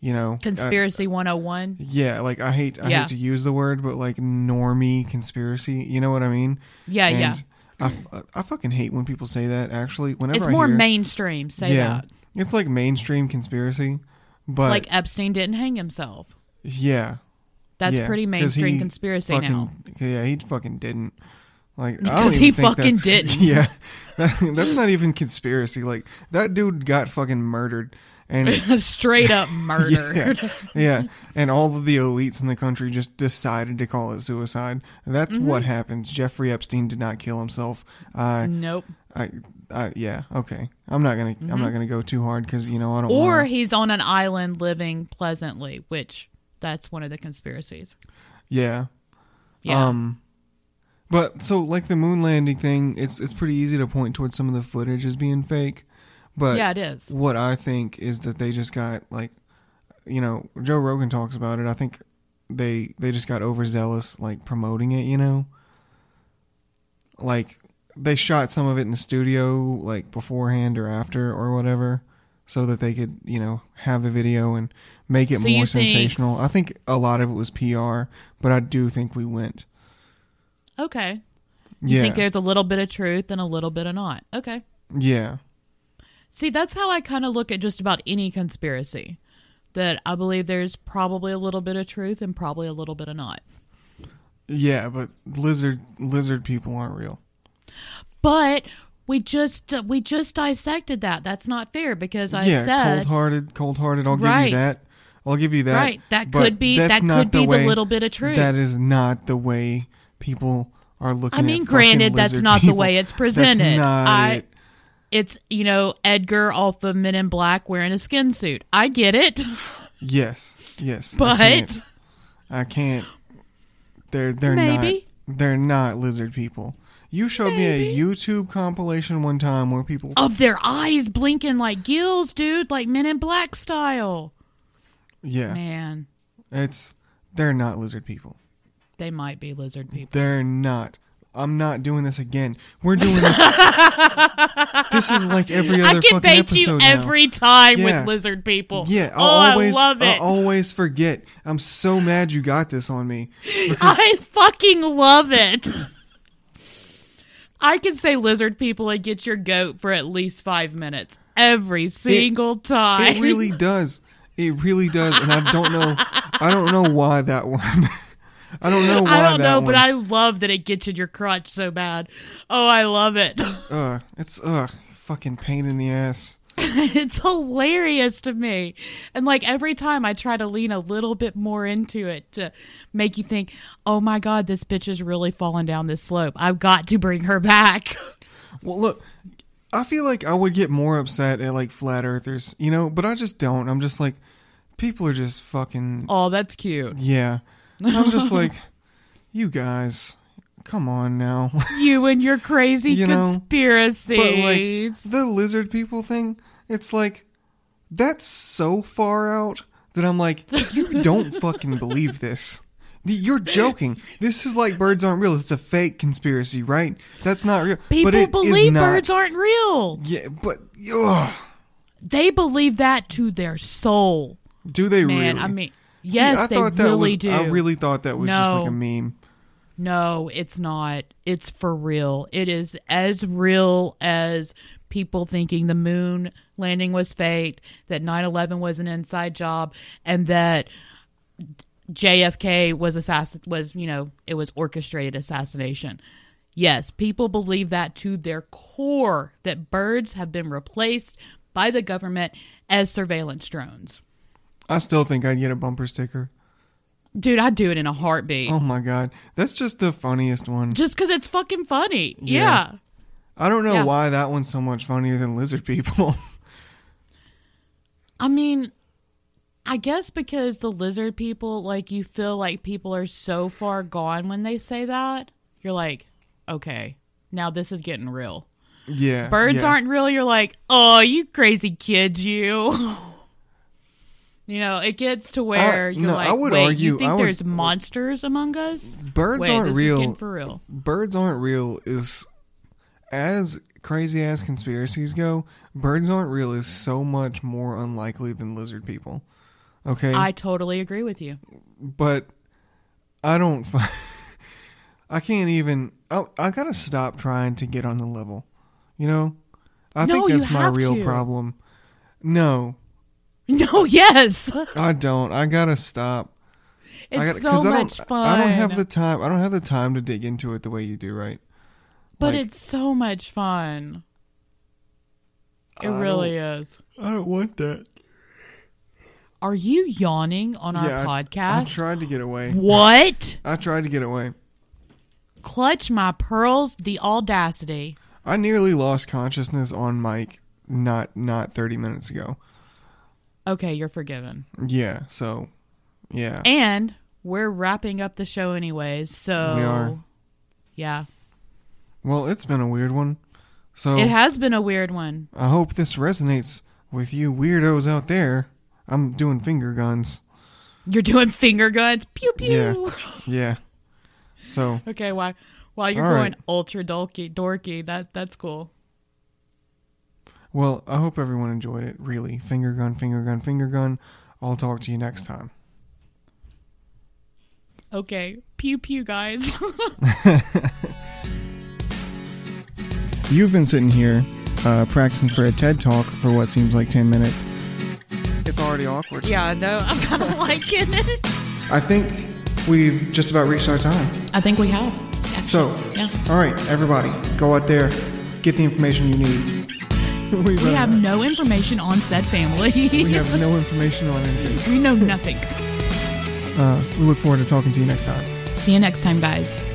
[SPEAKER 2] you know, uh,
[SPEAKER 1] Conspiracy 101.
[SPEAKER 2] yeah, like I hate I
[SPEAKER 1] Yeah.
[SPEAKER 2] hate to use the word, but like normie conspiracy, you know what I mean?
[SPEAKER 1] Yeah,
[SPEAKER 2] And
[SPEAKER 1] yeah.
[SPEAKER 2] I, f- I fucking hate when people say that. Actually, whenever
[SPEAKER 1] It's
[SPEAKER 2] I
[SPEAKER 1] more
[SPEAKER 2] hear-
[SPEAKER 1] mainstream, say
[SPEAKER 2] yeah,
[SPEAKER 1] that.
[SPEAKER 2] it's like mainstream conspiracy, but
[SPEAKER 1] like Epstein didn't hang himself.
[SPEAKER 2] yeah,
[SPEAKER 1] That's
[SPEAKER 2] yeah,
[SPEAKER 1] pretty
[SPEAKER 2] 'cause
[SPEAKER 1] mainstream
[SPEAKER 2] he
[SPEAKER 1] conspiracy
[SPEAKER 2] fucking,
[SPEAKER 1] now.
[SPEAKER 2] Yeah, he fucking didn't. Like I don't
[SPEAKER 1] Because
[SPEAKER 2] even
[SPEAKER 1] he
[SPEAKER 2] think
[SPEAKER 1] fucking
[SPEAKER 2] that's-
[SPEAKER 1] didn't.
[SPEAKER 2] (laughs) Yeah, That- that's not even conspiracy. Like that dude got fucking murdered, and
[SPEAKER 1] (laughs) Straight
[SPEAKER 2] (laughs)
[SPEAKER 1] up
[SPEAKER 2] yeah,
[SPEAKER 1] murder.
[SPEAKER 2] yeah, and all of the elites in the country just decided to call it suicide. That's
[SPEAKER 1] Mm-hmm.
[SPEAKER 2] what happened. Jeffrey Epstein did not kill himself. I,
[SPEAKER 1] Nope.
[SPEAKER 2] I, I, yeah, okay. I'm not gonna, I'm not gonna go too hard because you know I don't.
[SPEAKER 1] Mm-hmm. Or
[SPEAKER 2] wanna-
[SPEAKER 1] he's on an island living pleasantly, which that's one of the conspiracies.
[SPEAKER 2] yeah,
[SPEAKER 1] Yeah.
[SPEAKER 2] Um, but so like the moon landing thing, it's it's pretty easy to point towards some of the footage as being fake. But
[SPEAKER 1] yeah, it is.
[SPEAKER 2] what I think is that they just got like, you know, Joe Rogan talks about it. I think they they just got overzealous like promoting it. You know, like they shot some of it in the studio like beforehand or after or whatever. So that they could, you know, have the video and make it
[SPEAKER 1] So you
[SPEAKER 2] more
[SPEAKER 1] think-
[SPEAKER 2] sensational. I think a lot of it was PR, but I do think we went
[SPEAKER 1] Okay. You
[SPEAKER 2] yeah.
[SPEAKER 1] think there's a little bit of truth and a little bit of not. Okay.
[SPEAKER 2] yeah.
[SPEAKER 1] See, that's how I kind of look at just about any conspiracy. That I believe there's probably a little bit of truth and probably a little bit of not.
[SPEAKER 2] Yeah, but lizard lizard people aren't real.
[SPEAKER 1] But we just we just dissected that. That's not fair because I
[SPEAKER 2] yeah,
[SPEAKER 1] said
[SPEAKER 2] cold-hearted, cold-hearded, I'll give
[SPEAKER 1] Right.
[SPEAKER 2] you that. I'll give you that.
[SPEAKER 1] Right, that
[SPEAKER 2] but
[SPEAKER 1] could be-
[SPEAKER 2] that's
[SPEAKER 1] that
[SPEAKER 2] not
[SPEAKER 1] could be the
[SPEAKER 2] way-
[SPEAKER 1] little bit of truth.
[SPEAKER 2] That is not the way people are looking
[SPEAKER 1] I
[SPEAKER 2] at
[SPEAKER 1] mean,
[SPEAKER 2] fucking
[SPEAKER 1] granted, that's
[SPEAKER 2] lizard
[SPEAKER 1] not the
[SPEAKER 2] people.
[SPEAKER 1] way it's
[SPEAKER 2] That's
[SPEAKER 1] presented.
[SPEAKER 2] not
[SPEAKER 1] I-
[SPEAKER 2] it.
[SPEAKER 1] it's you know Edgar off of Men in Black wearing a skin suit. I get it.
[SPEAKER 2] Yes. Yes. I
[SPEAKER 1] But-
[SPEAKER 2] can't. I can't. They're they're
[SPEAKER 1] Maybe.
[SPEAKER 2] not they're not lizard people. You showed me a
[SPEAKER 1] Maybe. Oh,
[SPEAKER 2] YouTube compilation one time where people
[SPEAKER 1] Of their eyes blinking like gills, dude, like Men in Black style.
[SPEAKER 2] Yeah.
[SPEAKER 1] Man,
[SPEAKER 2] It's they're not lizard people.
[SPEAKER 1] they might be lizard people.
[SPEAKER 2] They're not. I'm not doing this again. We're
[SPEAKER 1] (laughs)
[SPEAKER 2] doing this. this is like every other
[SPEAKER 1] I can
[SPEAKER 2] fucking
[SPEAKER 1] bait
[SPEAKER 2] episode
[SPEAKER 1] you
[SPEAKER 2] now.
[SPEAKER 1] every time
[SPEAKER 2] Yeah.
[SPEAKER 1] with lizard people.
[SPEAKER 2] Yeah,
[SPEAKER 1] oh,
[SPEAKER 2] I'll always,
[SPEAKER 1] I love
[SPEAKER 2] I'll
[SPEAKER 1] it.
[SPEAKER 2] always forget. I'm so mad you got this on me.
[SPEAKER 1] (laughs) I fucking love it. I can say lizard people and get your goat for at least five minutes every single time. (laughs)
[SPEAKER 2] It really does. It really does. And I don't know. I don't know why that one. (laughs) I don't know why
[SPEAKER 1] I don't
[SPEAKER 2] that
[SPEAKER 1] know, but
[SPEAKER 2] one-
[SPEAKER 1] I love that it gets in your crotch so bad. Oh, I love it. (laughs)
[SPEAKER 2] Uh, it's uh, fucking pain in the ass.
[SPEAKER 1] it's hilarious to me. And like every time I try to lean a little bit more into it to make you think, oh my God, this bitch is really falling down this slope. I've got to bring her back. (laughs)
[SPEAKER 2] Well, look, I feel like I would get more upset at like flat earthers, you know, but I just don't. I'm just like, people are just fucking,
[SPEAKER 1] Oh, that's cute.
[SPEAKER 2] yeah. I'm
[SPEAKER 1] (laughs)
[SPEAKER 2] just like, you guys, come on now. (laughs)
[SPEAKER 1] You and your crazy
[SPEAKER 2] You know, but, like, but like
[SPEAKER 1] conspiracies.
[SPEAKER 2] the lizard people thing, it's like, that's so far out that I'm like,
[SPEAKER 1] (laughs)
[SPEAKER 2] you don't fucking believe this. You're joking. This is like birds aren't real. It's a fake conspiracy, right? That's not real. but
[SPEAKER 1] People
[SPEAKER 2] it is
[SPEAKER 1] believe
[SPEAKER 2] not.
[SPEAKER 1] birds aren't real.
[SPEAKER 2] Yeah, but ugh.
[SPEAKER 1] They believe that to their soul.
[SPEAKER 2] do they
[SPEAKER 1] Man,
[SPEAKER 2] really?
[SPEAKER 1] I mean,
[SPEAKER 2] See,
[SPEAKER 1] yes,
[SPEAKER 2] I
[SPEAKER 1] they
[SPEAKER 2] thought that
[SPEAKER 1] really
[SPEAKER 2] was-
[SPEAKER 1] do.
[SPEAKER 2] I really thought that was just like
[SPEAKER 1] No.
[SPEAKER 2] a meme.
[SPEAKER 1] No, it's not. It's for real. It is as real as people thinking the moon landing was faked, that 9 11 was an inside job, and that JFK was assassin was, you know, it was orchestrated assassination. Yes, people believe that to their core that birds have been replaced by the government as surveillance drones.
[SPEAKER 2] I still think I'd get a bumper sticker.
[SPEAKER 1] Dude, I'd do it in a heartbeat.
[SPEAKER 2] Oh my god, that's just the funniest one.
[SPEAKER 1] Just because it's fucking funny.
[SPEAKER 2] Yeah.
[SPEAKER 1] yeah.
[SPEAKER 2] I don't know
[SPEAKER 1] Yeah.
[SPEAKER 2] why that one's so much funnier than lizard people. (laughs)
[SPEAKER 1] I mean, I guess because the lizard people, like, you feel like people are so far gone when they say that. You're like, okay, now this is getting real.
[SPEAKER 2] yeah,
[SPEAKER 1] Birds
[SPEAKER 2] Uh, yeah.
[SPEAKER 1] aren't real. You're like, oh, you crazy kid, you. You know, it gets to where you're
[SPEAKER 2] no,
[SPEAKER 1] like,
[SPEAKER 2] I would
[SPEAKER 1] wait,
[SPEAKER 2] argue-
[SPEAKER 1] you think
[SPEAKER 2] I would-
[SPEAKER 1] there's monsters among us?
[SPEAKER 2] Birds
[SPEAKER 1] Wait,
[SPEAKER 2] aren't
[SPEAKER 1] this
[SPEAKER 2] real.
[SPEAKER 1] Is getting for real.
[SPEAKER 2] birds aren't real is as crazy as conspiracies go birds aren't real is so much more unlikely than lizard people okay
[SPEAKER 1] I totally agree with you. (laughs)
[SPEAKER 2] but i don't fi- (laughs) i can't even I, I gotta stop trying to get on the level you know i
[SPEAKER 1] No,
[SPEAKER 2] think
[SPEAKER 1] you
[SPEAKER 2] that's my
[SPEAKER 1] have
[SPEAKER 2] real
[SPEAKER 1] to.
[SPEAKER 2] problem no
[SPEAKER 1] No, yes,
[SPEAKER 2] i don't i gotta stop
[SPEAKER 1] it's
[SPEAKER 2] i gotta
[SPEAKER 1] so
[SPEAKER 2] I don't,
[SPEAKER 1] much fun.
[SPEAKER 2] i don't have the time i don't have the time to dig into it the way you do right
[SPEAKER 1] But
[SPEAKER 2] Like-
[SPEAKER 1] it's so much fun. It
[SPEAKER 2] I
[SPEAKER 1] really is.
[SPEAKER 2] i don't want that
[SPEAKER 1] Are you yawning on our
[SPEAKER 2] Yeah, I- i
[SPEAKER 1] podcast?
[SPEAKER 2] tried to get away
[SPEAKER 1] what?
[SPEAKER 2] I tried to get away.
[SPEAKER 1] Clutch my pearls, the audacity.
[SPEAKER 2] I nearly lost consciousness on Mike not not 30 minutes ago.
[SPEAKER 1] Okay, you're forgiven.
[SPEAKER 2] Yeah, so yeah.
[SPEAKER 1] And we're wrapping up the show anyways, so
[SPEAKER 2] We are.
[SPEAKER 1] yeah.
[SPEAKER 2] Well, it's been a weird one. So
[SPEAKER 1] It has been a weird one.
[SPEAKER 2] I hope this resonates with you weirdos out there. I'm doing finger guns.
[SPEAKER 1] You're doing finger guns. Pew pew.
[SPEAKER 2] Yeah. Yeah. So
[SPEAKER 1] Okay, why while you're
[SPEAKER 2] All
[SPEAKER 1] going
[SPEAKER 2] right.
[SPEAKER 1] ultra dorky dorky, that that's cool.
[SPEAKER 2] well, I hope everyone enjoyed it. Really, finger gun, finger gun, finger gun. I'll talk to you next time.
[SPEAKER 1] Okay. Pew pew guys.
[SPEAKER 2] You've been sitting here uh, practicing for a TED talk for what seems like 10 minutes. It's already awkward.
[SPEAKER 1] yeah, no, (laughs) I'm kinda liking it.
[SPEAKER 2] I think we've just about reached our time.
[SPEAKER 1] I think we have. Yeah.
[SPEAKER 2] So,
[SPEAKER 1] Yeah.
[SPEAKER 2] all right, everybody, go out there, get the information you need. (laughs) we,
[SPEAKER 1] we have no information on said family.
[SPEAKER 2] (laughs)
[SPEAKER 1] (laughs)
[SPEAKER 2] we have no information on anything.
[SPEAKER 1] we know nothing.
[SPEAKER 2] Uh, we look forward to talking to you next time.
[SPEAKER 1] See you next time, guys.